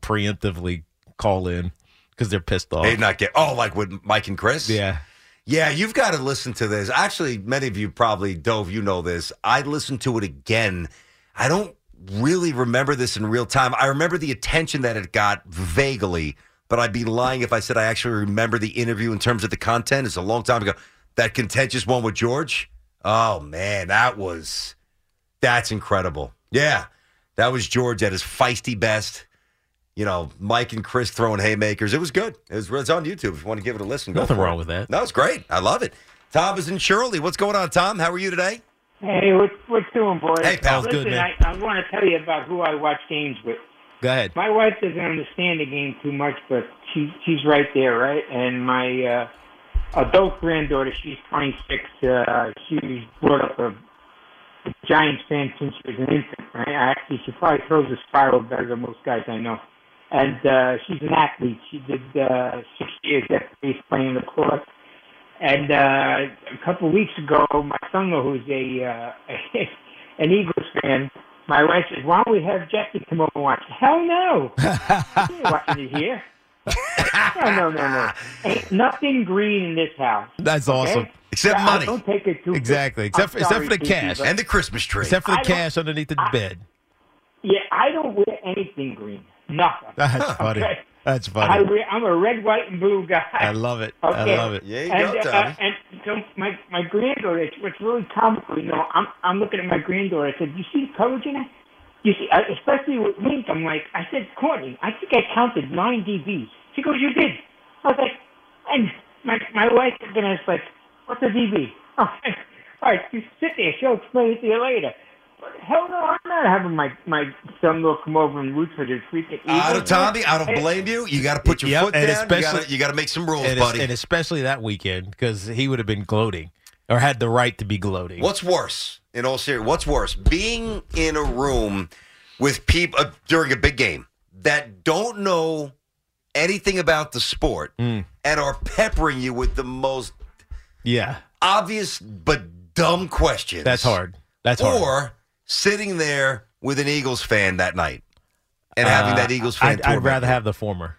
Speaker 4: preemptively call in because they're pissed off.
Speaker 2: They'd not get, oh, like with Mike and Chris?
Speaker 4: yeah.
Speaker 2: Yeah, you've got to listen to this. Actually, many of you probably, Dove, you know this. I listened to it again. I don't really remember this in real time. I remember the attention that it got vaguely, but I'd be lying if I said I actually remember the interview in terms of the content. It's a long time ago. That contentious one with George. Oh, man, that was, that's incredible. Yeah, that was George at his feisty best. You know, Mike and Chris throwing haymakers. It was good. It was, it's on YouTube. If you want to give it a listen, go
Speaker 4: Nothing
Speaker 2: for
Speaker 4: wrong
Speaker 2: it.
Speaker 4: with that.
Speaker 2: No, it's great. I love it. Tom is in Shirley. What's going on, Tom? How are you today?
Speaker 9: Hey, what, what's doing, boys?
Speaker 2: Hey, pal.
Speaker 4: Good,
Speaker 9: Listen,
Speaker 4: man.
Speaker 9: I, I want to tell you about who I watch games with.
Speaker 4: Go ahead.
Speaker 9: My wife doesn't understand the game too much, but she she's right there, right? And my uh, adult granddaughter, she's 26. Uh, she was brought up a Giants fan since she was an infant, right? Actually, she probably throws a spiral better than most guys I know. And uh, she's an athlete. She did uh, six years at base playing the court. And uh, a couple of weeks ago, my son, who's a uh, <laughs> an Eagles fan, my wife says, "Why don't we have Jackie come over and watch?" Hell
Speaker 2: <laughs>
Speaker 9: no! she ain't watching it here. no, no, no, no. Ain't nothing green in this house.
Speaker 4: That's awesome.
Speaker 9: okay?
Speaker 2: Except
Speaker 9: Yeah,
Speaker 2: money.
Speaker 9: Don't take it too
Speaker 4: Exactly. Except for,
Speaker 9: I'm
Speaker 4: except
Speaker 9: sorry,
Speaker 4: for the
Speaker 9: Tiki,
Speaker 4: cash.
Speaker 9: but-
Speaker 2: And the Christmas tree.
Speaker 4: Except for
Speaker 9: I
Speaker 4: the
Speaker 9: don't-
Speaker 4: cash underneath the bed.
Speaker 9: Yeah, I don't wear anything green. Nothing.
Speaker 4: That's funny.
Speaker 9: Okay.
Speaker 4: <laughs> That's
Speaker 9: I
Speaker 4: funny.
Speaker 9: wear, I'm a red, white, and blue guy.
Speaker 4: I love it. I
Speaker 9: Okay.
Speaker 4: love it.
Speaker 2: yeah, you
Speaker 9: and,
Speaker 2: go,
Speaker 9: uh,
Speaker 2: Tommy.
Speaker 9: and so my my granddaughter, it's- what's really comical, you know, I'm I'm looking at my granddaughter. I said, "You see the coverage in that? You see, I, especially with Wink." I'm like, I said, Courtney, I think I counted nine DBs. She goes, "You did." I was like, and my my wife looking at us like, "What's a DB?" <laughs> Oh, all right, you sit there. She'll explain it to you later. But hell no, I'm not having my my son will come over and root for the freaking
Speaker 2: I
Speaker 9: Eagles.
Speaker 2: don't, Tommy, I don't blame you. You got to put your
Speaker 4: Yep,
Speaker 2: foot
Speaker 4: and
Speaker 2: down. You
Speaker 4: especially-
Speaker 2: gotta- you got to make some rules,
Speaker 4: And, es-
Speaker 2: buddy.
Speaker 4: and especially that weekend because he would have been gloating or had the right to be gloating.
Speaker 2: What's worse? In all seriousness, what's worse? Being in a room with people uh, during a big game that don't know anything about the sport
Speaker 4: Hmm.
Speaker 2: and are peppering you with the most
Speaker 4: Yeah,
Speaker 2: obvious but dumb questions.
Speaker 4: that's hard. That's hard.
Speaker 2: Or sitting there with an Eagles fan that night and having
Speaker 4: Uh,
Speaker 2: that Eagles fan.
Speaker 4: I'd, I'd
Speaker 2: torment
Speaker 4: rather
Speaker 2: you.
Speaker 4: have the former.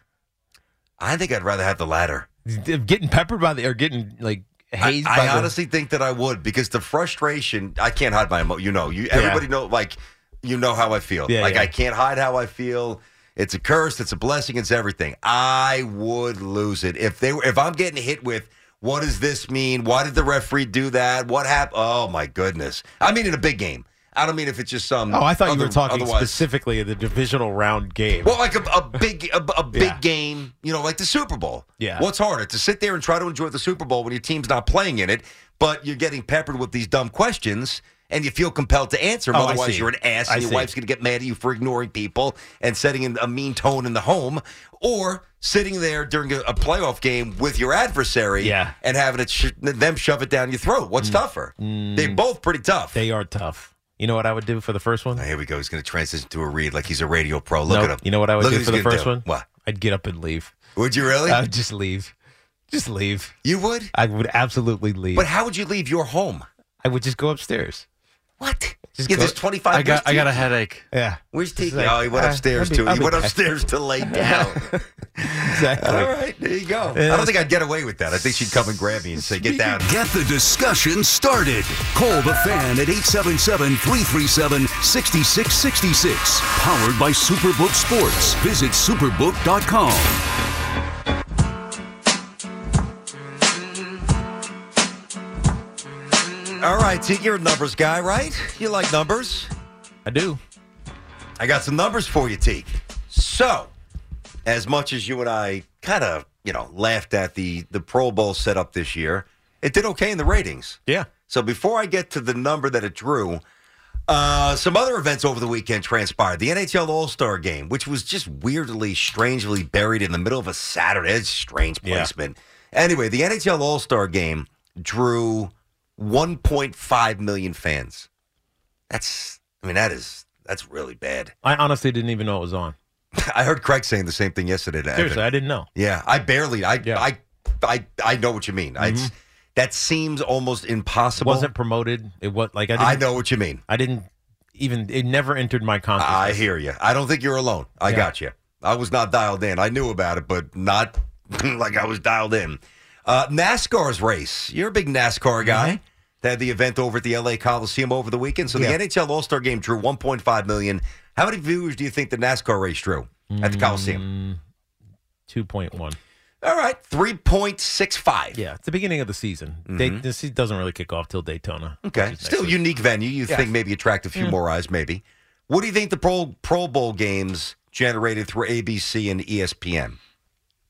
Speaker 2: I think I'd rather have the latter.
Speaker 4: Getting peppered by the or getting like
Speaker 2: I,
Speaker 4: hazed
Speaker 2: I
Speaker 4: by the.
Speaker 2: honestly think that I would because the frustration. I can't hide my emotion. You know, you everybody know like you know how I feel.
Speaker 4: Yeah,
Speaker 2: like
Speaker 4: yeah.
Speaker 2: I can't hide how I feel. It's a curse. It's a blessing. It's everything. I would lose it if they were. If I'm getting hit with. What does this mean? Why did the referee do that? What happened? Oh my goodness! I mean, in a big game. I don't mean if it's just some.
Speaker 4: oh, I thought you
Speaker 2: other-
Speaker 4: were talking
Speaker 2: otherwise-
Speaker 4: specifically of the divisional round game.
Speaker 2: Well, like a,
Speaker 4: <laughs>
Speaker 2: a big a, a big
Speaker 4: Yeah.
Speaker 2: game, you know, like the Super Bowl.
Speaker 4: Yeah.
Speaker 2: What's harder to sit there and try to enjoy the Super Bowl when your team's not playing in it, but you're getting peppered with these dumb questions, and you feel compelled to answer them.
Speaker 4: Oh, I
Speaker 2: Otherwise,
Speaker 4: see.
Speaker 2: you're an ass,
Speaker 4: I
Speaker 2: and your
Speaker 4: see.
Speaker 2: wife's going to get mad at you for ignoring people and setting in a mean tone in the home, or sitting there during a, a playoff game with your adversary
Speaker 4: Yeah. Mm.
Speaker 2: and having it sh- them shove it down your throat. What's tougher? They're both pretty tough.
Speaker 4: They are tough. You know what I would do for the first one?
Speaker 2: Now, here we go. He's going to transition to a read like he's a radio pro. Look
Speaker 4: Nope.
Speaker 2: at him.
Speaker 4: You know what I would
Speaker 2: Look
Speaker 4: do
Speaker 2: what
Speaker 4: for the
Speaker 2: he's gonna
Speaker 4: first
Speaker 2: do.
Speaker 4: one?
Speaker 2: What?
Speaker 4: I'd get up and leave.
Speaker 2: Would you really?
Speaker 4: I would just leave. Just leave.
Speaker 2: you would?
Speaker 4: I would absolutely leave.
Speaker 2: But how would you leave your home?
Speaker 4: I would just go upstairs.
Speaker 2: What?
Speaker 4: Just
Speaker 2: yeah,
Speaker 4: go-
Speaker 2: there's 25
Speaker 3: I got I
Speaker 2: minutes
Speaker 3: got
Speaker 2: to-
Speaker 3: a headache.
Speaker 4: Yeah.
Speaker 2: Where's
Speaker 4: Just
Speaker 2: Tiki?
Speaker 4: like,
Speaker 2: oh, he went
Speaker 4: ah,
Speaker 2: upstairs
Speaker 4: I'll be-
Speaker 2: to.
Speaker 4: I'll
Speaker 2: He
Speaker 4: be
Speaker 2: went
Speaker 4: back.
Speaker 2: upstairs to lay down.
Speaker 4: Exactly.
Speaker 2: All <laughs> right, there you go. I don't think I'd get away with that. I think she'd come and grab me and say, "Get down."
Speaker 1: Get the discussion started. Call the fan at 877 337 6666. Powered by Superbook Sports. Visit superbook.com.
Speaker 2: All right, Tiki, you're a numbers guy, right? You like numbers?
Speaker 4: I do.
Speaker 2: I got some numbers for you, Teak. So, as much as you and I kind of, you know, laughed at the the Pro Bowl setup this year, it did okay in the ratings.
Speaker 4: Yeah.
Speaker 2: So before I get to the number that it drew, uh, some other events over the weekend transpired. The NHL All Star Game, which was just weirdly, strangely buried in the middle of a Saturday. It's strange
Speaker 4: Yeah.
Speaker 2: placement. Anyway, the NHL All Star Game drew 1.5 million fans. That's, I mean, that is that's really bad. <laughs>
Speaker 4: I honestly didn't even know it was on.
Speaker 2: I heard Craig saying the same thing yesterday. To Evan.
Speaker 4: Seriously, I didn't know.
Speaker 2: Yeah, I barely. I
Speaker 4: Yeah.
Speaker 2: I I I know what you mean. I- it's- that seems almost
Speaker 4: It
Speaker 2: impossible.
Speaker 4: wasn't promoted. It was like I didn't
Speaker 2: I know what you mean.
Speaker 4: I didn't even it never entered my consciousness.
Speaker 2: I hear you. I don't think you're alone. I
Speaker 4: Yeah.
Speaker 2: got you. I was not dialed in. I knew about it, but not <laughs> like I was dialed in. Uh, NASCAR's race. You're a big NASCAR guy. They had the event over at the LA Coliseum over the weekend. So
Speaker 4: Mm-hmm. Yeah.
Speaker 2: the NHL All Star Game drew 1.5 million. How many viewers do you think the NASCAR race drew at
Speaker 4: Mm.
Speaker 2: the Coliseum?
Speaker 4: Two point one.
Speaker 2: All right, 3.65.
Speaker 4: Yeah, it's the beginning of the season. They, this se- doesn't really kick off till Daytona.
Speaker 2: Okay, still unique venue. You think maybe attract a
Speaker 4: Mm.
Speaker 2: few more eyes, maybe. What do you think the Pro Pro Bowl games generated through ABC and E ESPN?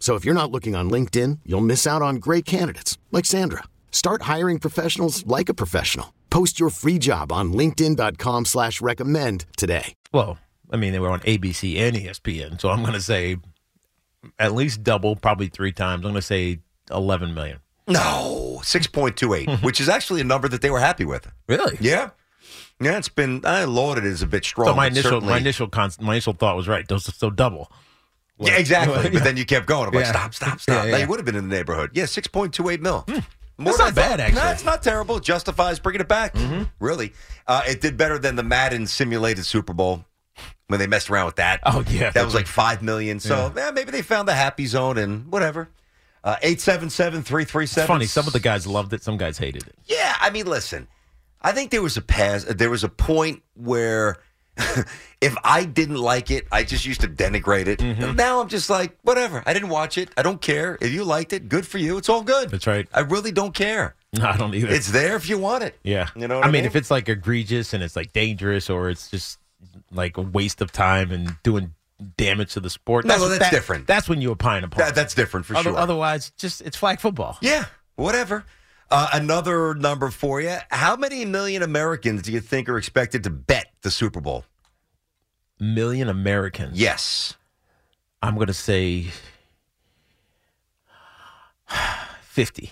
Speaker 10: So if you're not looking on LinkedIn, you'll miss out on great candidates like Sandra. Start hiring professionals like a professional. Post your free job on linkedin.com/recommend slash recommend today.
Speaker 4: Well, I mean, they were on ABC and E ESPN, so I'm going to say at least double, probably three times. I'm going to say 11 million.
Speaker 2: No,
Speaker 4: <laughs>
Speaker 2: 6.28, which is actually a number that they were happy with.
Speaker 4: Really?
Speaker 2: Yeah. Yeah, it's been, I lauded it as a bit strong.
Speaker 4: So my
Speaker 2: but
Speaker 4: initial, my
Speaker 2: Oh, certainly-
Speaker 4: initial, con- my initial thought was right. So, so double.
Speaker 2: Yeah,
Speaker 4: <laughs>
Speaker 2: exactly. But then you kept going. I'm like,
Speaker 4: Yeah.
Speaker 2: stop, stop, stop.
Speaker 4: Yeah,
Speaker 2: Now,
Speaker 4: yeah.
Speaker 2: you would have been in the neighborhood. Yeah, 6.28 mil. More
Speaker 4: That's
Speaker 2: than
Speaker 4: not
Speaker 2: I thought.
Speaker 4: bad, actually. Mm-hmm.
Speaker 2: No, it's not terrible. It justifies bringing it back. Really. Uh, it did better than the Madden simulated Super Bowl when they messed around with that.
Speaker 4: Oh, yeah.
Speaker 2: That was like 5 million. So yeah, maybe they found the happy zone and whatever. Uh, 877
Speaker 4: It's funny. Some of the guys loved it. Some guys hated it. <laughs>
Speaker 2: yeah, I mean, listen, I think there was a pass. There was a point where <laughs> if I didn't like it, I just used to denigrate it.
Speaker 4: Mm-hmm.
Speaker 2: Now I'm just like, whatever. I didn't watch it. I don't care. If you liked it, good for you. It's all good.
Speaker 4: That's right.
Speaker 2: I really don't care.
Speaker 4: No, I don't either.
Speaker 2: It's there if you want it.
Speaker 4: yeah.
Speaker 2: You know what I
Speaker 4: mean,
Speaker 2: mean?
Speaker 4: if it's like egregious and it's like dangerous or it's just like a waste of time and doing damage to the sport.
Speaker 2: No,
Speaker 4: what-
Speaker 2: that's different.
Speaker 4: That's when you opine upon.
Speaker 2: That- that's different for
Speaker 4: Other-
Speaker 2: sure.
Speaker 4: Otherwise, just it's flag football.
Speaker 2: Yeah, whatever. Uh, another number for you. How many million Americans do you think are expected to bet the Super Bowl?
Speaker 4: Million Americans.
Speaker 2: Yes.
Speaker 4: I'm going to say 50.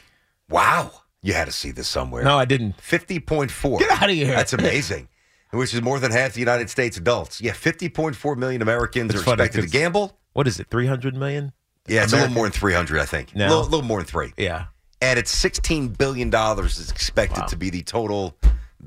Speaker 2: Wow. You had to see this somewhere.
Speaker 4: No, I didn't.
Speaker 2: 50.4.
Speaker 4: Get outta here.
Speaker 2: That's amazing. <laughs> Which is more than half the United States adults. Yeah, 50.4 million Americans
Speaker 4: It's
Speaker 2: are
Speaker 4: funny
Speaker 2: expected to
Speaker 4: 'cause-
Speaker 2: gamble.
Speaker 4: What is it? 300 million?
Speaker 2: Yeah, it's a little
Speaker 4: American-
Speaker 2: more than 300, I think. A
Speaker 4: No.
Speaker 2: little, little more than three.
Speaker 4: Yeah.
Speaker 2: And it's $16 billion is expected to be the total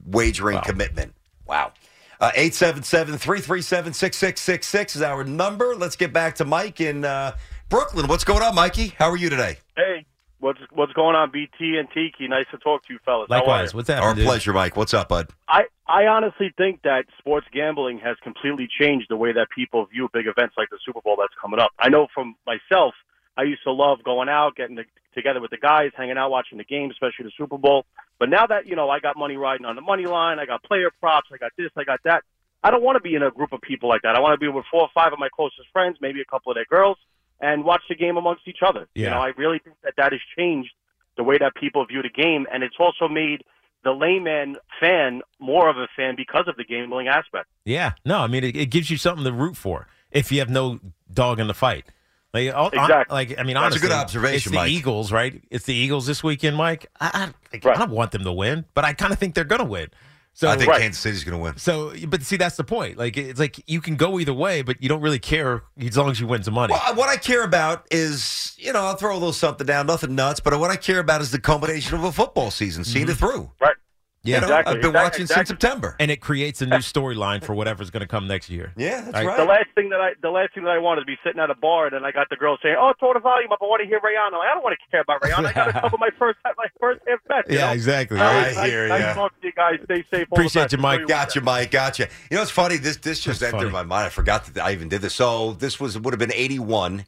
Speaker 2: wagering commitment. Wow. Uh, 877-337-6666 is our number. Let's get back to Mike in uh, Brooklyn. What's going on, Mikey? How are you today?
Speaker 11: Hey, what's what's going on, BT and Tiki? Nice to talk to you, fellas. How are you?
Speaker 2: Our pleasure, Mike. What's up, bud?
Speaker 11: I, I honestly think that sports gambling has completely changed the way that people view big events like the Super Bowl that's coming up. I know from myself, I used to love going out, getting to, together with the guys, hanging out, watching the game, especially the Super Bowl. But now that, you know, I got money riding on the money line, I got player props, I got this, I got that. I don't want to be in a group of people like that. I want to be with four or five of my closest friends, maybe a couple of their girls, and watch the game amongst each other. You
Speaker 12: Yeah.
Speaker 11: know, I really think that that has changed the way that people view the game, and it's also made the layman fan more of a fan because of the gambling aspect.
Speaker 4: Yeah. No, I mean, it, it gives you something to root for if you have no dog in the fight. Like, all- hon-
Speaker 11: Exactly.
Speaker 4: like I mean,
Speaker 2: That's a
Speaker 4: honestly,
Speaker 2: good observation,
Speaker 4: It's the
Speaker 2: Mike.
Speaker 4: Eagles, right? It's the Eagles this weekend, Mike. I, I, like, I don't want them to win, but I kind of think they're going to win. So
Speaker 2: I think Kansas City's going to win.
Speaker 4: So, but see, that's the point. Like, it's like you can go either way, but you don't really care as long as you win some money.
Speaker 2: Well, what I care about is, you know, I'll throw a little something down, nothing nuts, but what I care about is the culmination of a football season, seeing it through.
Speaker 11: Right.
Speaker 2: Yeah,
Speaker 4: You know,
Speaker 2: I've been watching since September.
Speaker 4: Mm-hmm. and it creates a new storyline for whatever's going to come next year.
Speaker 2: Yeah,
Speaker 11: The last thing that I the last thing that I wanted to be sitting at a bar and then I got the girl saying, "Oh, throw the volume up. I want to hear Rihanna." Like, I don't want to care about Rihanna. I got to cover my first my first half bet. you
Speaker 2: <laughs> Yeah,
Speaker 11: know?
Speaker 2: exactly.
Speaker 11: Uh,
Speaker 2: I
Speaker 11: nice-
Speaker 2: hear
Speaker 11: nice
Speaker 2: ya.
Speaker 11: talking to you guys. Stay safe. all the best. Enjoy your
Speaker 2: Got you, Mike. Got you. You know, it's funny. This this just entered my mind. I forgot that I even did this. So this was would have been eighty one.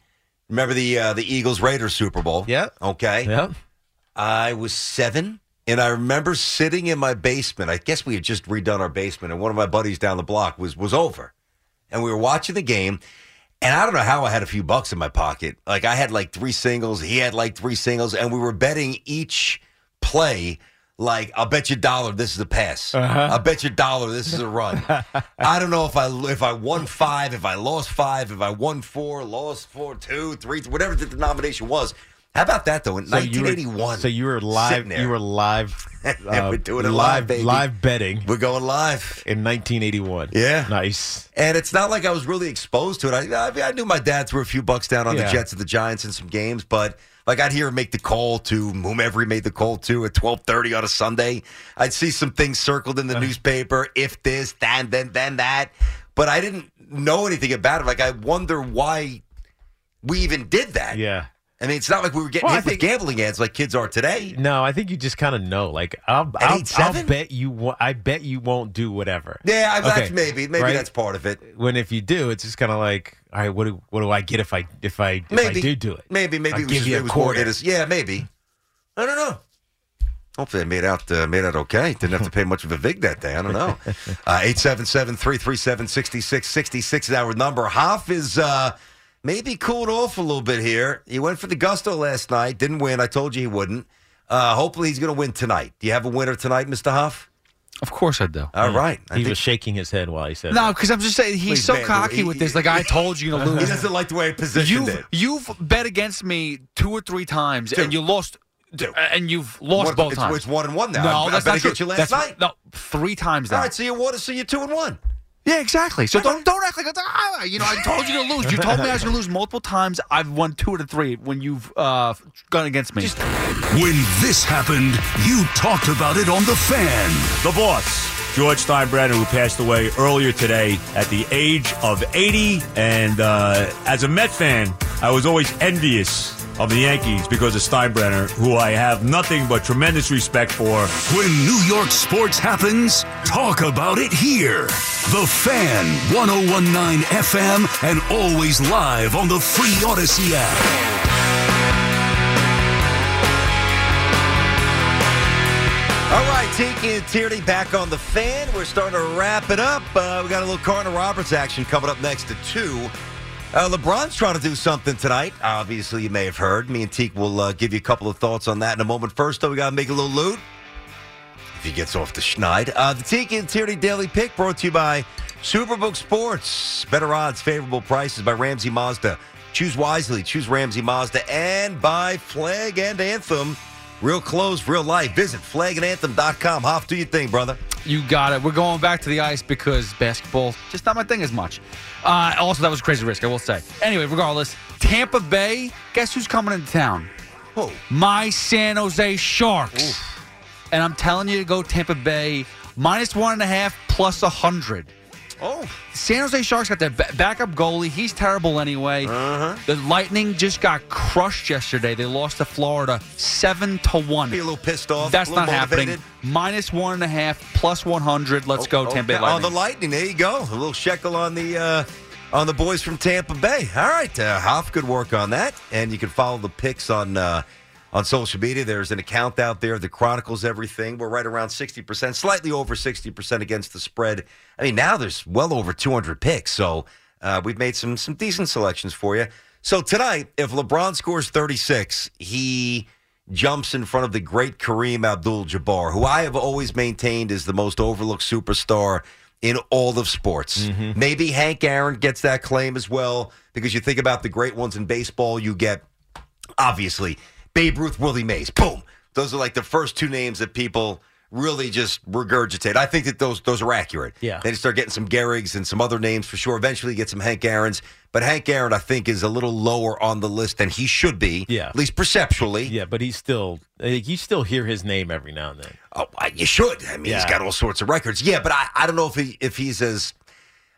Speaker 2: Remember the uh, the Eagles Raiders Super Bowl? Yeah. Okay.
Speaker 4: Yeah.
Speaker 2: I was seven, and I remember sitting in my basement. I guess we had just redone our basement, and one of my buddies down the block was was over, and we were watching the game. And I don't know how I had a few bucks in my pocket. Like I had like three singles, he had like three singles, and we were betting each play. Like I'll bet you a dollar this is a pass.
Speaker 4: Uh-huh.
Speaker 2: I'll bet you a dollar this is
Speaker 4: <laughs>
Speaker 2: a run. I don't know if I if I won five, if I lost five, if I won four, lost four, two, three, whatever the denomination was. How about that though? In
Speaker 4: So you were-
Speaker 2: 1981.
Speaker 4: so you were
Speaker 2: sitting
Speaker 4: live.
Speaker 2: there.
Speaker 4: You were
Speaker 2: <laughs>
Speaker 4: live. uh,
Speaker 2: Yeah, we're doing it live, baby.
Speaker 4: live betting.
Speaker 2: We're going live
Speaker 4: in 1981.
Speaker 2: Yeah,
Speaker 4: nice.
Speaker 2: And it's not like I was really exposed to it. I, I, mean, I knew my dad threw a few bucks down on
Speaker 4: Yeah.
Speaker 2: the Jets and the Giants in some games, but like I'd hear him make the call to whomever he made the call to at twelve thirty on a Sunday. I'd see some things circled in the newspaper: if this, then, then, then that. But I didn't know anything about it. Like I wonder why we even did that.
Speaker 4: Yeah.
Speaker 2: I mean, it's not like we were getting
Speaker 4: Well, I
Speaker 2: hit with gambling ads like kids are today.
Speaker 4: No, I think you just kind of know. Like I'll,
Speaker 2: At
Speaker 4: I'll,
Speaker 2: age
Speaker 4: I'll
Speaker 2: seven?
Speaker 4: bet you. wo- I bet you won't do whatever.
Speaker 2: Yeah, I,
Speaker 4: Okay,
Speaker 2: that's maybe maybe
Speaker 4: right?
Speaker 2: that's part of it.
Speaker 4: When if you do, it's just kind of like, all right, what do what do I get if I if I if I do do it?
Speaker 2: Maybe, maybe
Speaker 4: I'll
Speaker 2: it was,
Speaker 4: give
Speaker 2: just-
Speaker 4: you a
Speaker 2: it was more
Speaker 4: quarter.
Speaker 2: innocent. Yeah, maybe. I don't know. Hopefully, I made out uh, made out okay. Didn't have to pay much of a vig that day. I don't
Speaker 4: <laughs>
Speaker 2: know. Uh, Eight seven seven three three seven sixty six sixty six is our number. Hoff is uh, maybe cooled off a little bit here. He went for the gusto last night, didn't win. I told you he wouldn't. Uh, hopefully, he's going to win tonight. Do you have a winner tonight, Mister Hoff?
Speaker 3: Of course I do.
Speaker 2: All right. I
Speaker 4: Hmm. he
Speaker 2: think-
Speaker 4: was shaking his head while he said,
Speaker 3: No,
Speaker 4: that.
Speaker 3: because I'm just saying he's
Speaker 4: Please,
Speaker 3: so
Speaker 4: man,
Speaker 3: cocky
Speaker 4: he-
Speaker 3: with this. Like I told you to
Speaker 4: <laughs>
Speaker 3: lose.
Speaker 2: He doesn't like the way I positioned
Speaker 3: you've,
Speaker 2: it.
Speaker 3: You've bet against me two or three times, and you lost. uh, And you've lost
Speaker 2: What-
Speaker 3: both
Speaker 2: it's-
Speaker 3: times.
Speaker 2: it's one and one now.
Speaker 3: No,
Speaker 2: I- I
Speaker 3: that's
Speaker 2: bet
Speaker 3: not
Speaker 2: against
Speaker 3: true.
Speaker 2: you last
Speaker 3: That's-
Speaker 2: night.
Speaker 3: No, three times
Speaker 2: All
Speaker 3: now.
Speaker 2: right, so you won. So you're two and one.
Speaker 3: Yeah, exactly. So don't don't act like it's, ah, you know. I told you to lose. You told me I was going to lose multiple times. I've won two out of three when you've uh, gone against me.
Speaker 1: When this happened, you talked about it on The Fan.
Speaker 13: The boss, George Steinbrenner, who passed away earlier today at the age of 80. And uh, as a Met fan, I was always envious of the Yankees because of Steinbrenner, who I have nothing but tremendous respect for.
Speaker 1: When New York sports happens, talk about it here. The Fan, 1019 FM, and always live on the free Odyssey app.
Speaker 2: All right, Tiki and Tierney back on the fan. We're starting to wrap it up. Uh, we got a little Connor Roberts action coming up next to two. Uh, LeBron's trying to do something tonight. Obviously, you may have heard. Me and Teak will uh, give you a couple of thoughts on that in a moment. First, though, we got to make a little loot. If he gets off the schneid. Uh, the Teak and Tierney Daily Pick brought to you by Superbook Sports. Better odds, favorable prices by Ramsey Mazda. Choose wisely. Choose Ramsey Mazda. And by Flag and Anthem. Real clothes, real life. Visit flagandanthem.com. Hoff, do your thing, brother.
Speaker 3: You got it. We're going back to the ice because basketball just not my thing as much. Uh, also, that was a crazy risk, I will say. Anyway, regardless, Tampa Bay. Guess who's coming into town?
Speaker 2: Who?
Speaker 3: My San Jose Sharks. And I'm telling you to go Tampa Bay minus one and a half plus a hundred.
Speaker 2: Oh,
Speaker 3: San Jose Sharks got their ba- backup goalie. He's terrible anyway.
Speaker 2: Uh-huh.
Speaker 3: The Lightning just got crushed yesterday. They lost to Florida seven to one.
Speaker 2: Be a little pissed off.
Speaker 3: That's
Speaker 2: a little
Speaker 3: not happening.
Speaker 2: motivated. Oh,
Speaker 3: Minus one and a half, plus one hundred. Let's go, Tampa Bay
Speaker 2: Okay, On
Speaker 3: Lightning.
Speaker 2: the Lightning, there you go. A little shekel on the uh, on the boys from Tampa Bay. All right, uh, Hoff, good work on that. And you can follow the picks on uh, on social media. There's an account out there that chronicles everything. We're right around sixty percent, slightly over sixty percent against the spread. I mean, now there's well over two hundred picks, so uh, we've made some some decent selections for you. So tonight, if LeBron scores thirty six, he jumps in front of the great Kareem Abdul Jabbar, who I have always maintained is the most overlooked superstar in all of sports.
Speaker 4: Mm-hmm.
Speaker 2: Maybe Hank Aaron gets that claim as well, because you think about the great ones in baseball, you get obviously Babe Ruth, Willie Mays, boom. Those are like the first two names that people really just regurgitate. I think that those those are accurate.
Speaker 4: Yeah.
Speaker 2: Then you start getting some Gehrigs and some other names for sure. Eventually you get some Hank Aarons. But Hank Aaron, I think, is a little lower on the list than he should be.
Speaker 4: Yeah.
Speaker 2: At least perceptually.
Speaker 4: Yeah, but he's still like, you still hear his name every now and then.
Speaker 2: Oh, I- you should. I mean, he's
Speaker 4: Yeah.
Speaker 2: got all sorts of records. Yeah, but I, I don't know if he if he's as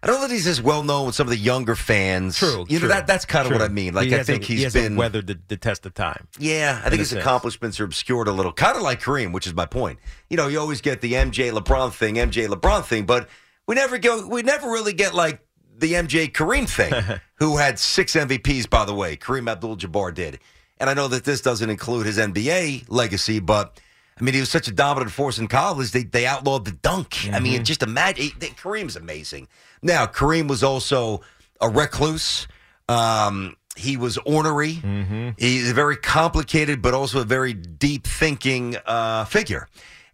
Speaker 2: I don't know that he's as well known with some of the younger fans.
Speaker 4: True,
Speaker 2: you know
Speaker 4: true,
Speaker 2: that that's kind of
Speaker 4: true.
Speaker 2: what I mean. Like
Speaker 4: He
Speaker 2: I
Speaker 4: hasn't-
Speaker 2: think
Speaker 4: he
Speaker 2: he's
Speaker 4: hasn't
Speaker 2: been
Speaker 4: weathered the, the test of time.
Speaker 2: yeah,
Speaker 4: in
Speaker 2: I
Speaker 4: a
Speaker 2: think his
Speaker 4: sense.
Speaker 2: accomplishments are obscured a little, kind of like Kareem, which is my point. You know, you always get the MJ LeBron thing, MJ LeBron thing, but we never go, we never really get like the MJ
Speaker 4: <laughs>
Speaker 2: Kareem thing, who had six MVPs, by the way. Kareem Abdul-Jabbar did, and I know that this doesn't include his NBA legacy, but I mean, he was such a dominant force in college. They they outlawed the dunk. I
Speaker 4: Mm-hmm.
Speaker 2: mean, just imagine Kareem's amazing. Now, Kareem was also a recluse. Um, he was ornery.
Speaker 4: Mm-hmm.
Speaker 2: He's a very complicated, but also a very deep thinking uh, figure.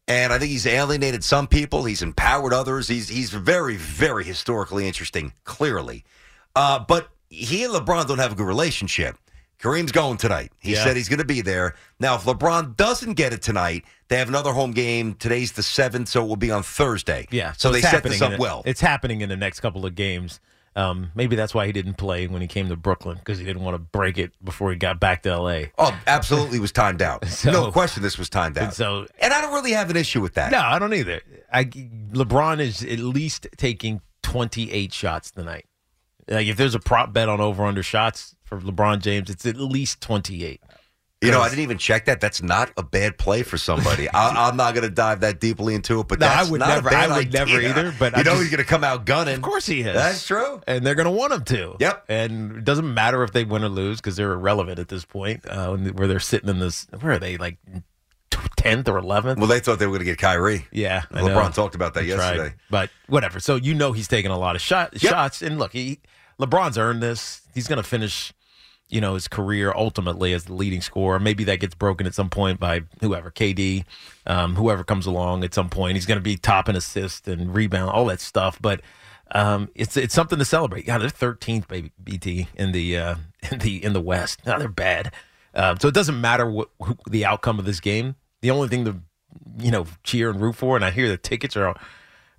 Speaker 2: And I think he's alienated some people. He's empowered others. He's he's very very historically interesting. Clearly, uh, but he and LeBron don't have a good relationship. Kareem's going tonight. He
Speaker 4: Yeah.
Speaker 2: said he's going to be there. Now, if LeBron doesn't get it tonight, they have another home game. Today's the seventh, so it will be on Thursday.
Speaker 4: Yeah,
Speaker 2: So, they
Speaker 4: it's
Speaker 2: set this
Speaker 4: happening in
Speaker 2: up
Speaker 4: the-
Speaker 2: well.
Speaker 4: It's happening in the next couple of games. Um, maybe that's why he didn't play when he came to Brooklyn because he didn't want to break it before he got back to L.A.
Speaker 2: Oh, absolutely was timed
Speaker 4: <laughs>
Speaker 2: out.
Speaker 4: So-
Speaker 2: no question, this was timed out.
Speaker 4: And so
Speaker 2: and I don't really have an issue with that.
Speaker 4: No, I don't either. I, LeBron is at least taking 28 shots tonight. Like if there's a prop bet on over under shots for LeBron James, it's at least 28.
Speaker 2: You know, I didn't even check that. That's not a bad play for somebody. I, I'm not going to dive that deeply into it, but
Speaker 4: No, I
Speaker 2: that's
Speaker 4: would
Speaker 2: not a
Speaker 4: never-
Speaker 2: bad
Speaker 4: I would never
Speaker 2: idea.
Speaker 4: either, but I
Speaker 2: you know
Speaker 4: just-
Speaker 2: he's going to come out gunning.
Speaker 4: Of course he is.
Speaker 2: That's true.
Speaker 4: And they're going to want him to.
Speaker 2: Yep.
Speaker 4: And it doesn't matter if they win or lose because they're irrelevant at this point. Uh, when- where they're sitting in this, where are they? Like 10th or 11th?
Speaker 2: Well, they thought they were going to get Kyrie.
Speaker 4: Yeah, I
Speaker 2: LeBron
Speaker 4: know.
Speaker 2: talked about that
Speaker 4: That's right.
Speaker 2: yesterday.
Speaker 4: But whatever. So you know he's taking a lot of shot, shots, and look, he LeBron's earned this. He's going to finish, you know, his career ultimately as the leading scorer. Maybe that gets broken at some point by whoever KD, um, whoever comes along at some point. He's going to be top in assist and rebound, all that stuff. But um, it's it's something to celebrate. God, they're thirteenth, baby, BT in the uh, in the in the West. Now they're bad. Um, so it doesn't matter what who, the outcome of this game. The only thing to you know cheer and root for, and I hear the tickets are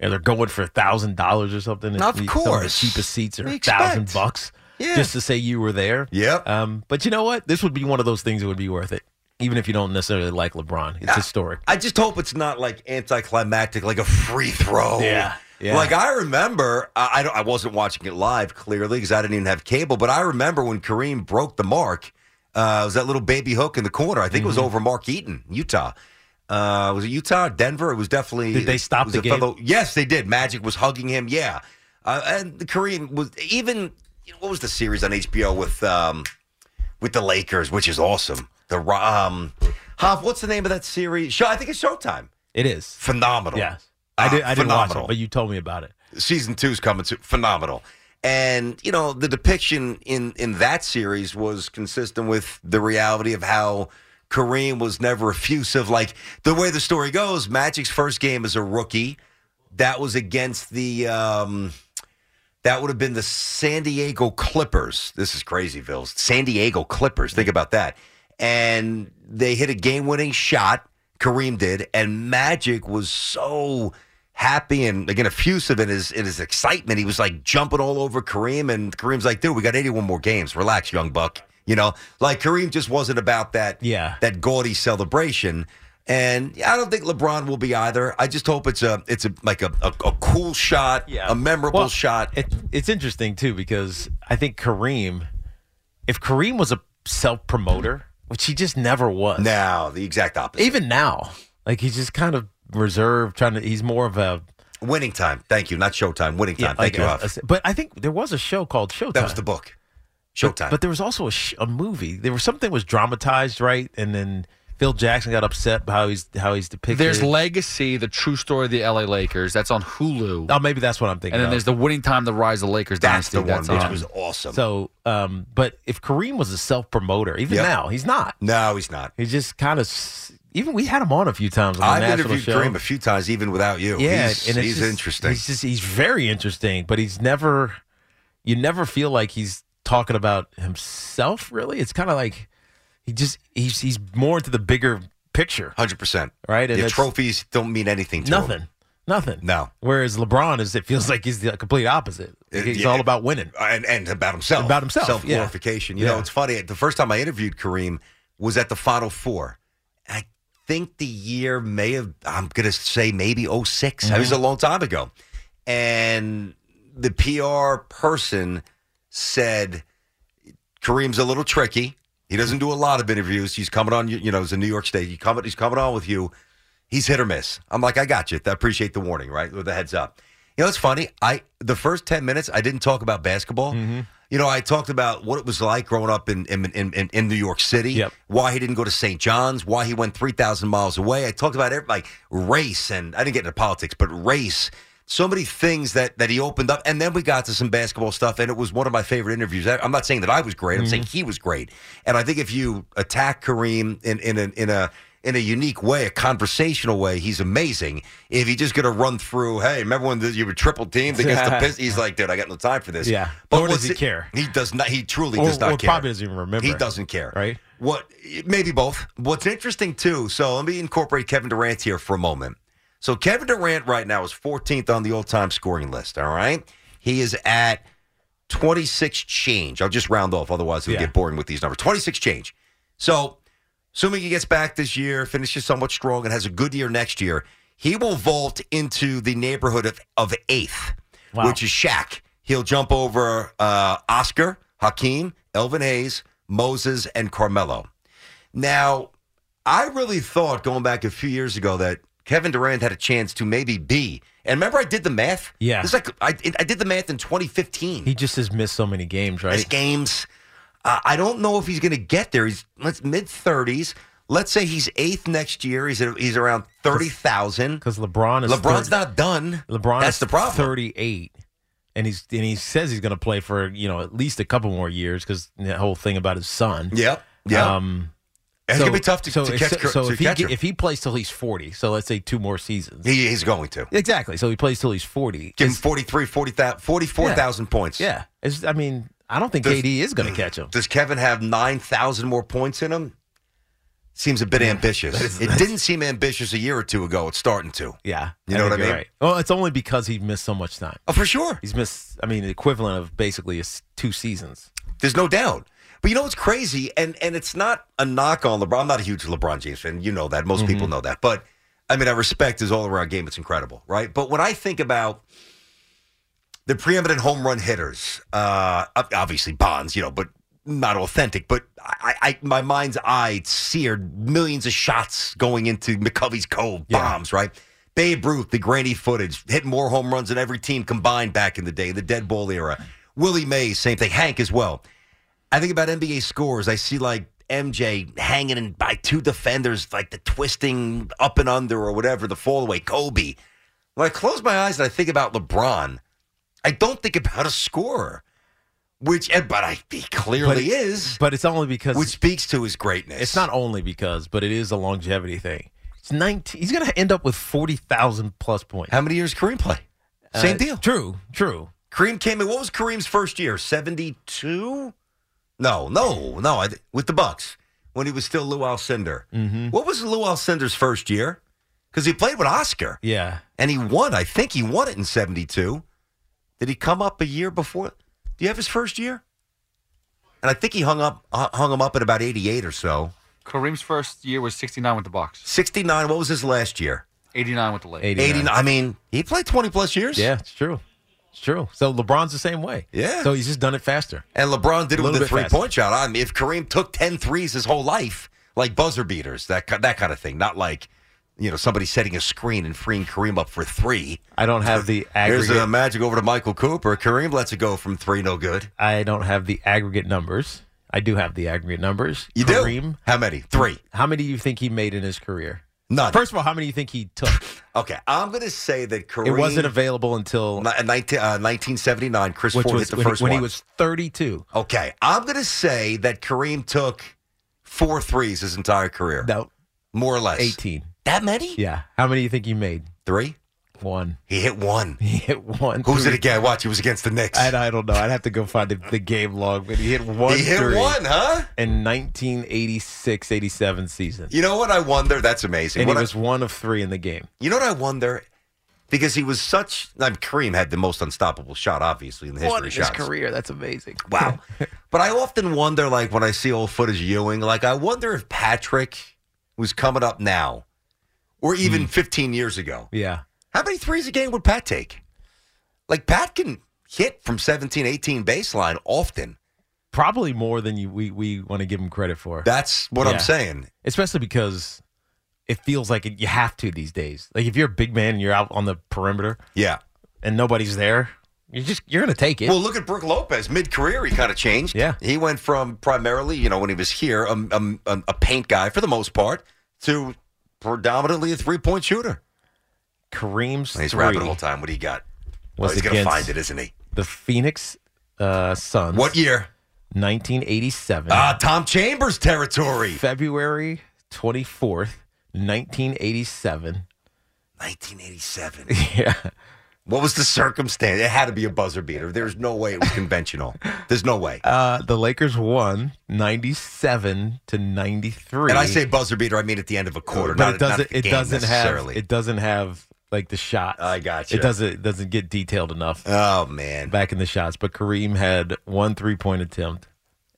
Speaker 4: and they're going for a thousand dollars or something. and
Speaker 2: Of
Speaker 4: the- some the
Speaker 2: course.
Speaker 4: cheapest seats are
Speaker 2: We
Speaker 4: a
Speaker 2: expect.
Speaker 4: thousand bucks.
Speaker 2: Yeah.
Speaker 4: just to say you were there.
Speaker 2: Yep.
Speaker 4: Um, but you know what? This would be one of those things that would be worth it, even if you don't necessarily like LeBron. It's historic.
Speaker 2: I just hope it's not like anticlimactic, like a free throw.
Speaker 4: Yeah, yeah.
Speaker 2: Like I remember, I I, don't, I wasn't watching it live clearly because I didn't even have cable. But I remember when Kareem broke the mark. Uh, it was that little baby hook in the corner? I think it
Speaker 4: Mm-hmm.
Speaker 2: was over Mark Eaton, Utah. Uh, was it Utah, Denver? It was definitely.
Speaker 4: Did they stop
Speaker 2: it was
Speaker 4: the
Speaker 2: a
Speaker 4: game?
Speaker 2: yes, they did. Magic was hugging him. Yeah, uh, and Kareem was even. you know, What was the series on HBO with um, with the Lakers, which is awesome. The Ro- um, Hoff, what's the name of that series? Show, I think it's Showtime.
Speaker 4: It is.
Speaker 2: Phenomenal.
Speaker 4: Yes. I
Speaker 2: Ah,
Speaker 4: did. I didn't watch it,
Speaker 2: phenomenal.
Speaker 4: but you told me about it.
Speaker 2: Season two's coming to phenomenal. And you know, the depiction in in that series was consistent with the reality of how Kareem was never effusive. Like the way the story goes, Magic's first game as a rookie, that was against the. Um, that would have been the San Diego Clippers. This is crazy, Bills. San Diego Clippers. Think about that. And they hit a game winning shot. Kareem did. And Magic was so happy and again effusive in his in his excitement. He was like jumping all over Kareem. And Kareem's like, dude, we got 81 more games. Relax, young buck. You know, like Kareem just wasn't about that yeah. that gaudy celebration. And I don't think LeBron will be either. I just hope it's a it's a like a, a, a cool shot, a memorable
Speaker 4: Well,
Speaker 2: shot.
Speaker 4: It, it's interesting too because I think Kareem, if Kareem was a self promoter, which he just never was.
Speaker 2: Now the exact opposite.
Speaker 4: Even now, like he's just kind of reserved, trying to. He's more of a
Speaker 2: winning time. Thank you, not Showtime. Winning time. Thank you, Ralph.
Speaker 4: but I think there was a show called Showtime. That was the
Speaker 2: book,
Speaker 4: But,
Speaker 2: Showtime.
Speaker 4: there was also a, sh- a movie. There was something was dramatized, right? And then Phil Jackson got upset by how he's how he's depicted.
Speaker 3: There's Legacy, the true story of the LA Lakers. That's on Hulu.
Speaker 4: Oh, maybe that's what I'm thinking.
Speaker 3: And then
Speaker 4: of.
Speaker 3: there's the Winning Time, the Rise of Lakers Dynasty. on.
Speaker 2: awesome.
Speaker 4: So, um, but if Kareem was a self promoter, even
Speaker 3: Yep.
Speaker 4: now he's not.
Speaker 2: No, he's not.
Speaker 4: He's just kind of. Even we had him on a few times. On the
Speaker 2: I've
Speaker 4: national
Speaker 2: interviewed
Speaker 4: show.
Speaker 2: Kareem a few times, even without you.
Speaker 4: Yeah,
Speaker 2: he's,
Speaker 4: and it's
Speaker 2: he's
Speaker 4: just-
Speaker 2: interesting.
Speaker 4: He's just he's very interesting, but he's never. You never feel like he's talking about himself. Really, it's kind of like he just he's he's more into the bigger picture.
Speaker 2: Hundred percent,
Speaker 4: right?
Speaker 2: Yeah,
Speaker 4: it's
Speaker 2: trophies don't mean anything to him.
Speaker 4: nothing, nothing.
Speaker 2: No.
Speaker 4: Whereas LeBron is, it feels like he's the complete opposite. Like, he's all about winning
Speaker 2: and and about himself,
Speaker 4: About himself,
Speaker 2: self
Speaker 4: yeah.
Speaker 2: glorification. You know,
Speaker 4: Yeah.
Speaker 2: it's funny. The first time I interviewed Kareem was at the Final Four. I think the year may have. I'm gonna say maybe 6 It was
Speaker 4: Mhm.
Speaker 2: a long time ago, and the PR person said Kareem's a little tricky. He doesn't do a lot of interviews. He's coming on. You you know, he's in New York State. He coming. He's coming on with you. He's hit or miss. I'm like, I got you. I appreciate the warning, right? With the heads up. You know, it's funny. I the first ten minutes, I didn't talk about basketball. You know, I talked about what it was like growing up in in in, in, in New York City. Why he didn't go to St. John's. Why he went three thousand miles away. I talked about every, like race, and I didn't get into politics, but race. So many things that that he opened up, and then we got to some basketball stuff, and it was one of my favorite interviews. I, I'm not saying that I was great. I'm saying
Speaker 4: Mm-hmm.
Speaker 2: he was great, and I think if you attack Kareem in in a, in a in a unique way, a conversational way, he's amazing. If you just going to run through, hey, remember when the, you were triple teamed against
Speaker 4: <laughs>
Speaker 2: the Pistons? He's like, dude, I got no time for this.
Speaker 4: Yeah. Nor does
Speaker 2: what's
Speaker 4: he
Speaker 2: it-
Speaker 4: care.
Speaker 2: He does not. He truly
Speaker 4: Or-
Speaker 2: does not
Speaker 4: or
Speaker 2: care.
Speaker 4: probably doesn't even remember.
Speaker 2: He doesn't care. Right. What? Maybe both. What's interesting too. So let me incorporate Kevin Durant here for a moment. So Kevin Durant right now is 14th on the all-time scoring list. All right. He is at 26 change. I'll just round off, otherwise it'll get boring with these numbers. 26 change. So, assuming he gets back this year, finishes somewhat strong, and has a good year next year, he will vault into the neighborhood of, of eighth, which is Shaq. He'll jump over uh, Oscar, Hakeem, Elvin Hayes, Moses, and Carmelo. Now, I really thought going back a few years ago that Kevin Durant had a chance to maybe be. And remember, I did the math.
Speaker 4: Yeah.
Speaker 2: it's like I, I did the math in 2015.
Speaker 4: He just has missed so many games, right?
Speaker 2: His games. Uh, I don't know if he's going to get there. He's let's mid thirties. Let's say he's eighth next year. He's at, he's around thirty thousand.
Speaker 4: Because LeBron is
Speaker 2: LeBron's
Speaker 4: 30
Speaker 2: not done.
Speaker 4: LeBron
Speaker 2: That's
Speaker 4: is
Speaker 2: the problem.
Speaker 4: 38 and he's and he says he's going to play for, you know, at least a couple more years cuz the whole thing about his son.
Speaker 2: Yep. Yep.
Speaker 4: Um
Speaker 2: It's gonna be tough to-
Speaker 4: so
Speaker 2: to
Speaker 4: if-
Speaker 2: catch-
Speaker 4: so
Speaker 2: to
Speaker 4: if he
Speaker 2: catch
Speaker 4: get-
Speaker 2: him.
Speaker 4: if he plays till he's 40, so let's say two more seasons.
Speaker 2: He, he's going to.
Speaker 4: Exactly. So he plays till he's 40.
Speaker 2: Give him 43, 40, 44,000 points.
Speaker 4: Yeah. It's, I mean, I don't think
Speaker 2: Does-
Speaker 4: KD is going to catch him.
Speaker 2: Does Kevin have nine thousand more points in him? Seems a bit ambitious. it didn't seem ambitious a year or two ago. It's starting to.
Speaker 4: Yeah.
Speaker 2: You know
Speaker 4: think
Speaker 2: what I
Speaker 4: you're
Speaker 2: mean?
Speaker 4: Well, it's only because he missed so much time.
Speaker 2: Oh, for sure.
Speaker 4: He's missed I mean, the equivalent of basically is two seasons.
Speaker 2: There's no doubt. But you know what's crazy, and and it's not a knock on LeBron. I'm not a huge LeBron James fan. You know that. Most people know that. But I mean, I respect his all around game. It's incredible, right? But when I think about the preeminent home run hitters, uh, ob- obviously Bonds, you know, but not authentic. But I, I my mind's eye seared millions of shots going into McCovey's Cove bombs, right? Babe Ruth, the grainy footage, hit more home runs than every team combined back in the day, the dead ball era. Willie Mays, same thing. Hank as well. I think about NBA scores. I see like MJ hanging in by two defenders, like the twisting up and under or whatever, the fall away. Kobe. When I close my eyes and I think about LeBron, I don't think about a scorer, which, eh, but I, he clearly
Speaker 4: But-
Speaker 2: is.
Speaker 4: But it's only because
Speaker 2: which speaks to his greatness.
Speaker 4: It's not only because, but it is a longevity thing. It's nineteen. He's going to end up with forty thousand plus points.
Speaker 2: How many years Kareem play?
Speaker 4: Uh,
Speaker 2: Same deal.
Speaker 4: True. True.
Speaker 2: Kareem came in. What was Kareem's first year? Seventy-two? No, no, no. I, with the Bucks when he was still Lou Alcindor. What was Lou Alcindor's first year? Because he played with Oscar.
Speaker 4: Yeah.
Speaker 2: and he won. I think he won it in '72. Did he come up a year before? Do you have his first year? And I think he hung up hu- hung him up at about '88 or so.
Speaker 3: Kareem's first year was 69 with the Bucks,
Speaker 2: '69. What was his last year?
Speaker 3: 89 with the Lakers.
Speaker 2: 89. I mean, he played 20 plus years.
Speaker 4: Yeah, it's true. It's true. So LeBron's the same way.
Speaker 2: Yeah.
Speaker 4: So he's just done it faster.
Speaker 2: And LeBron did it
Speaker 4: A
Speaker 2: with
Speaker 4: little
Speaker 2: a
Speaker 4: bit
Speaker 2: three
Speaker 4: faster.
Speaker 2: point shot. I mean, if Kareem took 10 threes his whole life, like buzzer beaters, that ki- that kind of thing, not like you know somebody setting a screen and freeing Kareem up for three.
Speaker 4: I don't have the
Speaker 2: Here's
Speaker 4: aggregate-
Speaker 2: the magic over to Michael Cooper. Kareem lets it go from three, no good.
Speaker 4: I don't have the aggregate numbers. I do have the aggregate numbers.
Speaker 2: You do?
Speaker 4: Kareem,
Speaker 2: How many? Three.
Speaker 4: How many do you think he made in his career?
Speaker 2: None.
Speaker 4: First of all, how many do you think he took?
Speaker 2: Okay, I'm going to say that Kareem
Speaker 4: it wasn't available until
Speaker 2: Ni- 19, uh, 1979. Chris
Speaker 4: which
Speaker 2: Ford
Speaker 4: was
Speaker 2: hit the
Speaker 4: when,
Speaker 2: first
Speaker 4: when
Speaker 2: one.
Speaker 4: he was 32.
Speaker 2: okay, I'm going to say that Kareem took four threes his entire career.
Speaker 4: No.
Speaker 2: More or less.
Speaker 4: 18.
Speaker 2: That many?
Speaker 4: Yeah. How many do you think he made?
Speaker 2: Three?
Speaker 4: One. <laughs>
Speaker 2: He hit one.
Speaker 4: He hit one.
Speaker 2: Who's it
Speaker 4: three.
Speaker 2: again? Watch, it was against the Knicks.
Speaker 4: I, I don't know. I'd have to go find the, the game log, but he hit one.
Speaker 2: He hit
Speaker 4: three
Speaker 2: one, huh?
Speaker 4: In 1986 87 season.
Speaker 2: You know what I wonder? That's amazing.
Speaker 4: and
Speaker 2: What
Speaker 4: he
Speaker 2: I-
Speaker 4: was one of three in the game.
Speaker 2: you know what I wonder? Because he was such. I mean, Kareem had the most unstoppable shot, obviously, in the history
Speaker 4: One in
Speaker 2: of
Speaker 4: his
Speaker 2: shots.
Speaker 4: career. That's amazing.
Speaker 2: Wow. but I often wonder, like, when I see old footage of Ewing, like, I wonder if Patrick was coming up now or
Speaker 4: Hmm.
Speaker 2: even 15 years ago.
Speaker 4: <laughs> Yeah.
Speaker 2: How many threes a game would Pat take? Like, Pat can hit from 17, 18 baseline often.
Speaker 4: Probably more than you, we, we want to give him credit for.
Speaker 2: That's what
Speaker 4: Yeah.
Speaker 2: I'm saying.
Speaker 4: Especially because it feels like it, you have to these days. Like if you're a big man and you're out on the perimeter
Speaker 2: Yeah.
Speaker 4: and nobody's there, you just you're going to take it.
Speaker 2: Well, look at Brooke Lopez. Mid career, he kind of changed.
Speaker 4: Yeah.
Speaker 2: He went from primarily, you know, when he was here, a, a, a- a paint guy for the most part, to predominantly a three point shooter.
Speaker 4: Kareem's
Speaker 2: He's
Speaker 4: three
Speaker 2: rapping the whole time. What do you got?
Speaker 4: Was
Speaker 2: oh, he's going to
Speaker 4: against-
Speaker 2: find it, isn't he?
Speaker 4: the Phoenix uh, Suns.
Speaker 2: What year?
Speaker 4: 1987.
Speaker 2: Ah, Tom Chambers territory.
Speaker 4: February 24th, 1987.
Speaker 2: 1987.
Speaker 4: <laughs> Yeah.
Speaker 2: What was the circumstance? It had to be a buzzer beater. There's no way it was conventional. There's no way.
Speaker 4: Uh, the Lakers won 97 to 93.
Speaker 2: And I say buzzer beater, I mean at the end of a quarter.
Speaker 4: but
Speaker 2: not,
Speaker 4: it
Speaker 2: not
Speaker 4: doesn't
Speaker 2: the
Speaker 4: it
Speaker 2: game
Speaker 4: doesn't have
Speaker 2: necessarily.
Speaker 4: it doesn't have like the shots.
Speaker 2: I gotcha.
Speaker 4: It doesn't it doesn't get detailed enough
Speaker 2: Oh man.
Speaker 4: back in the shots, but Kareem had one three-point attempt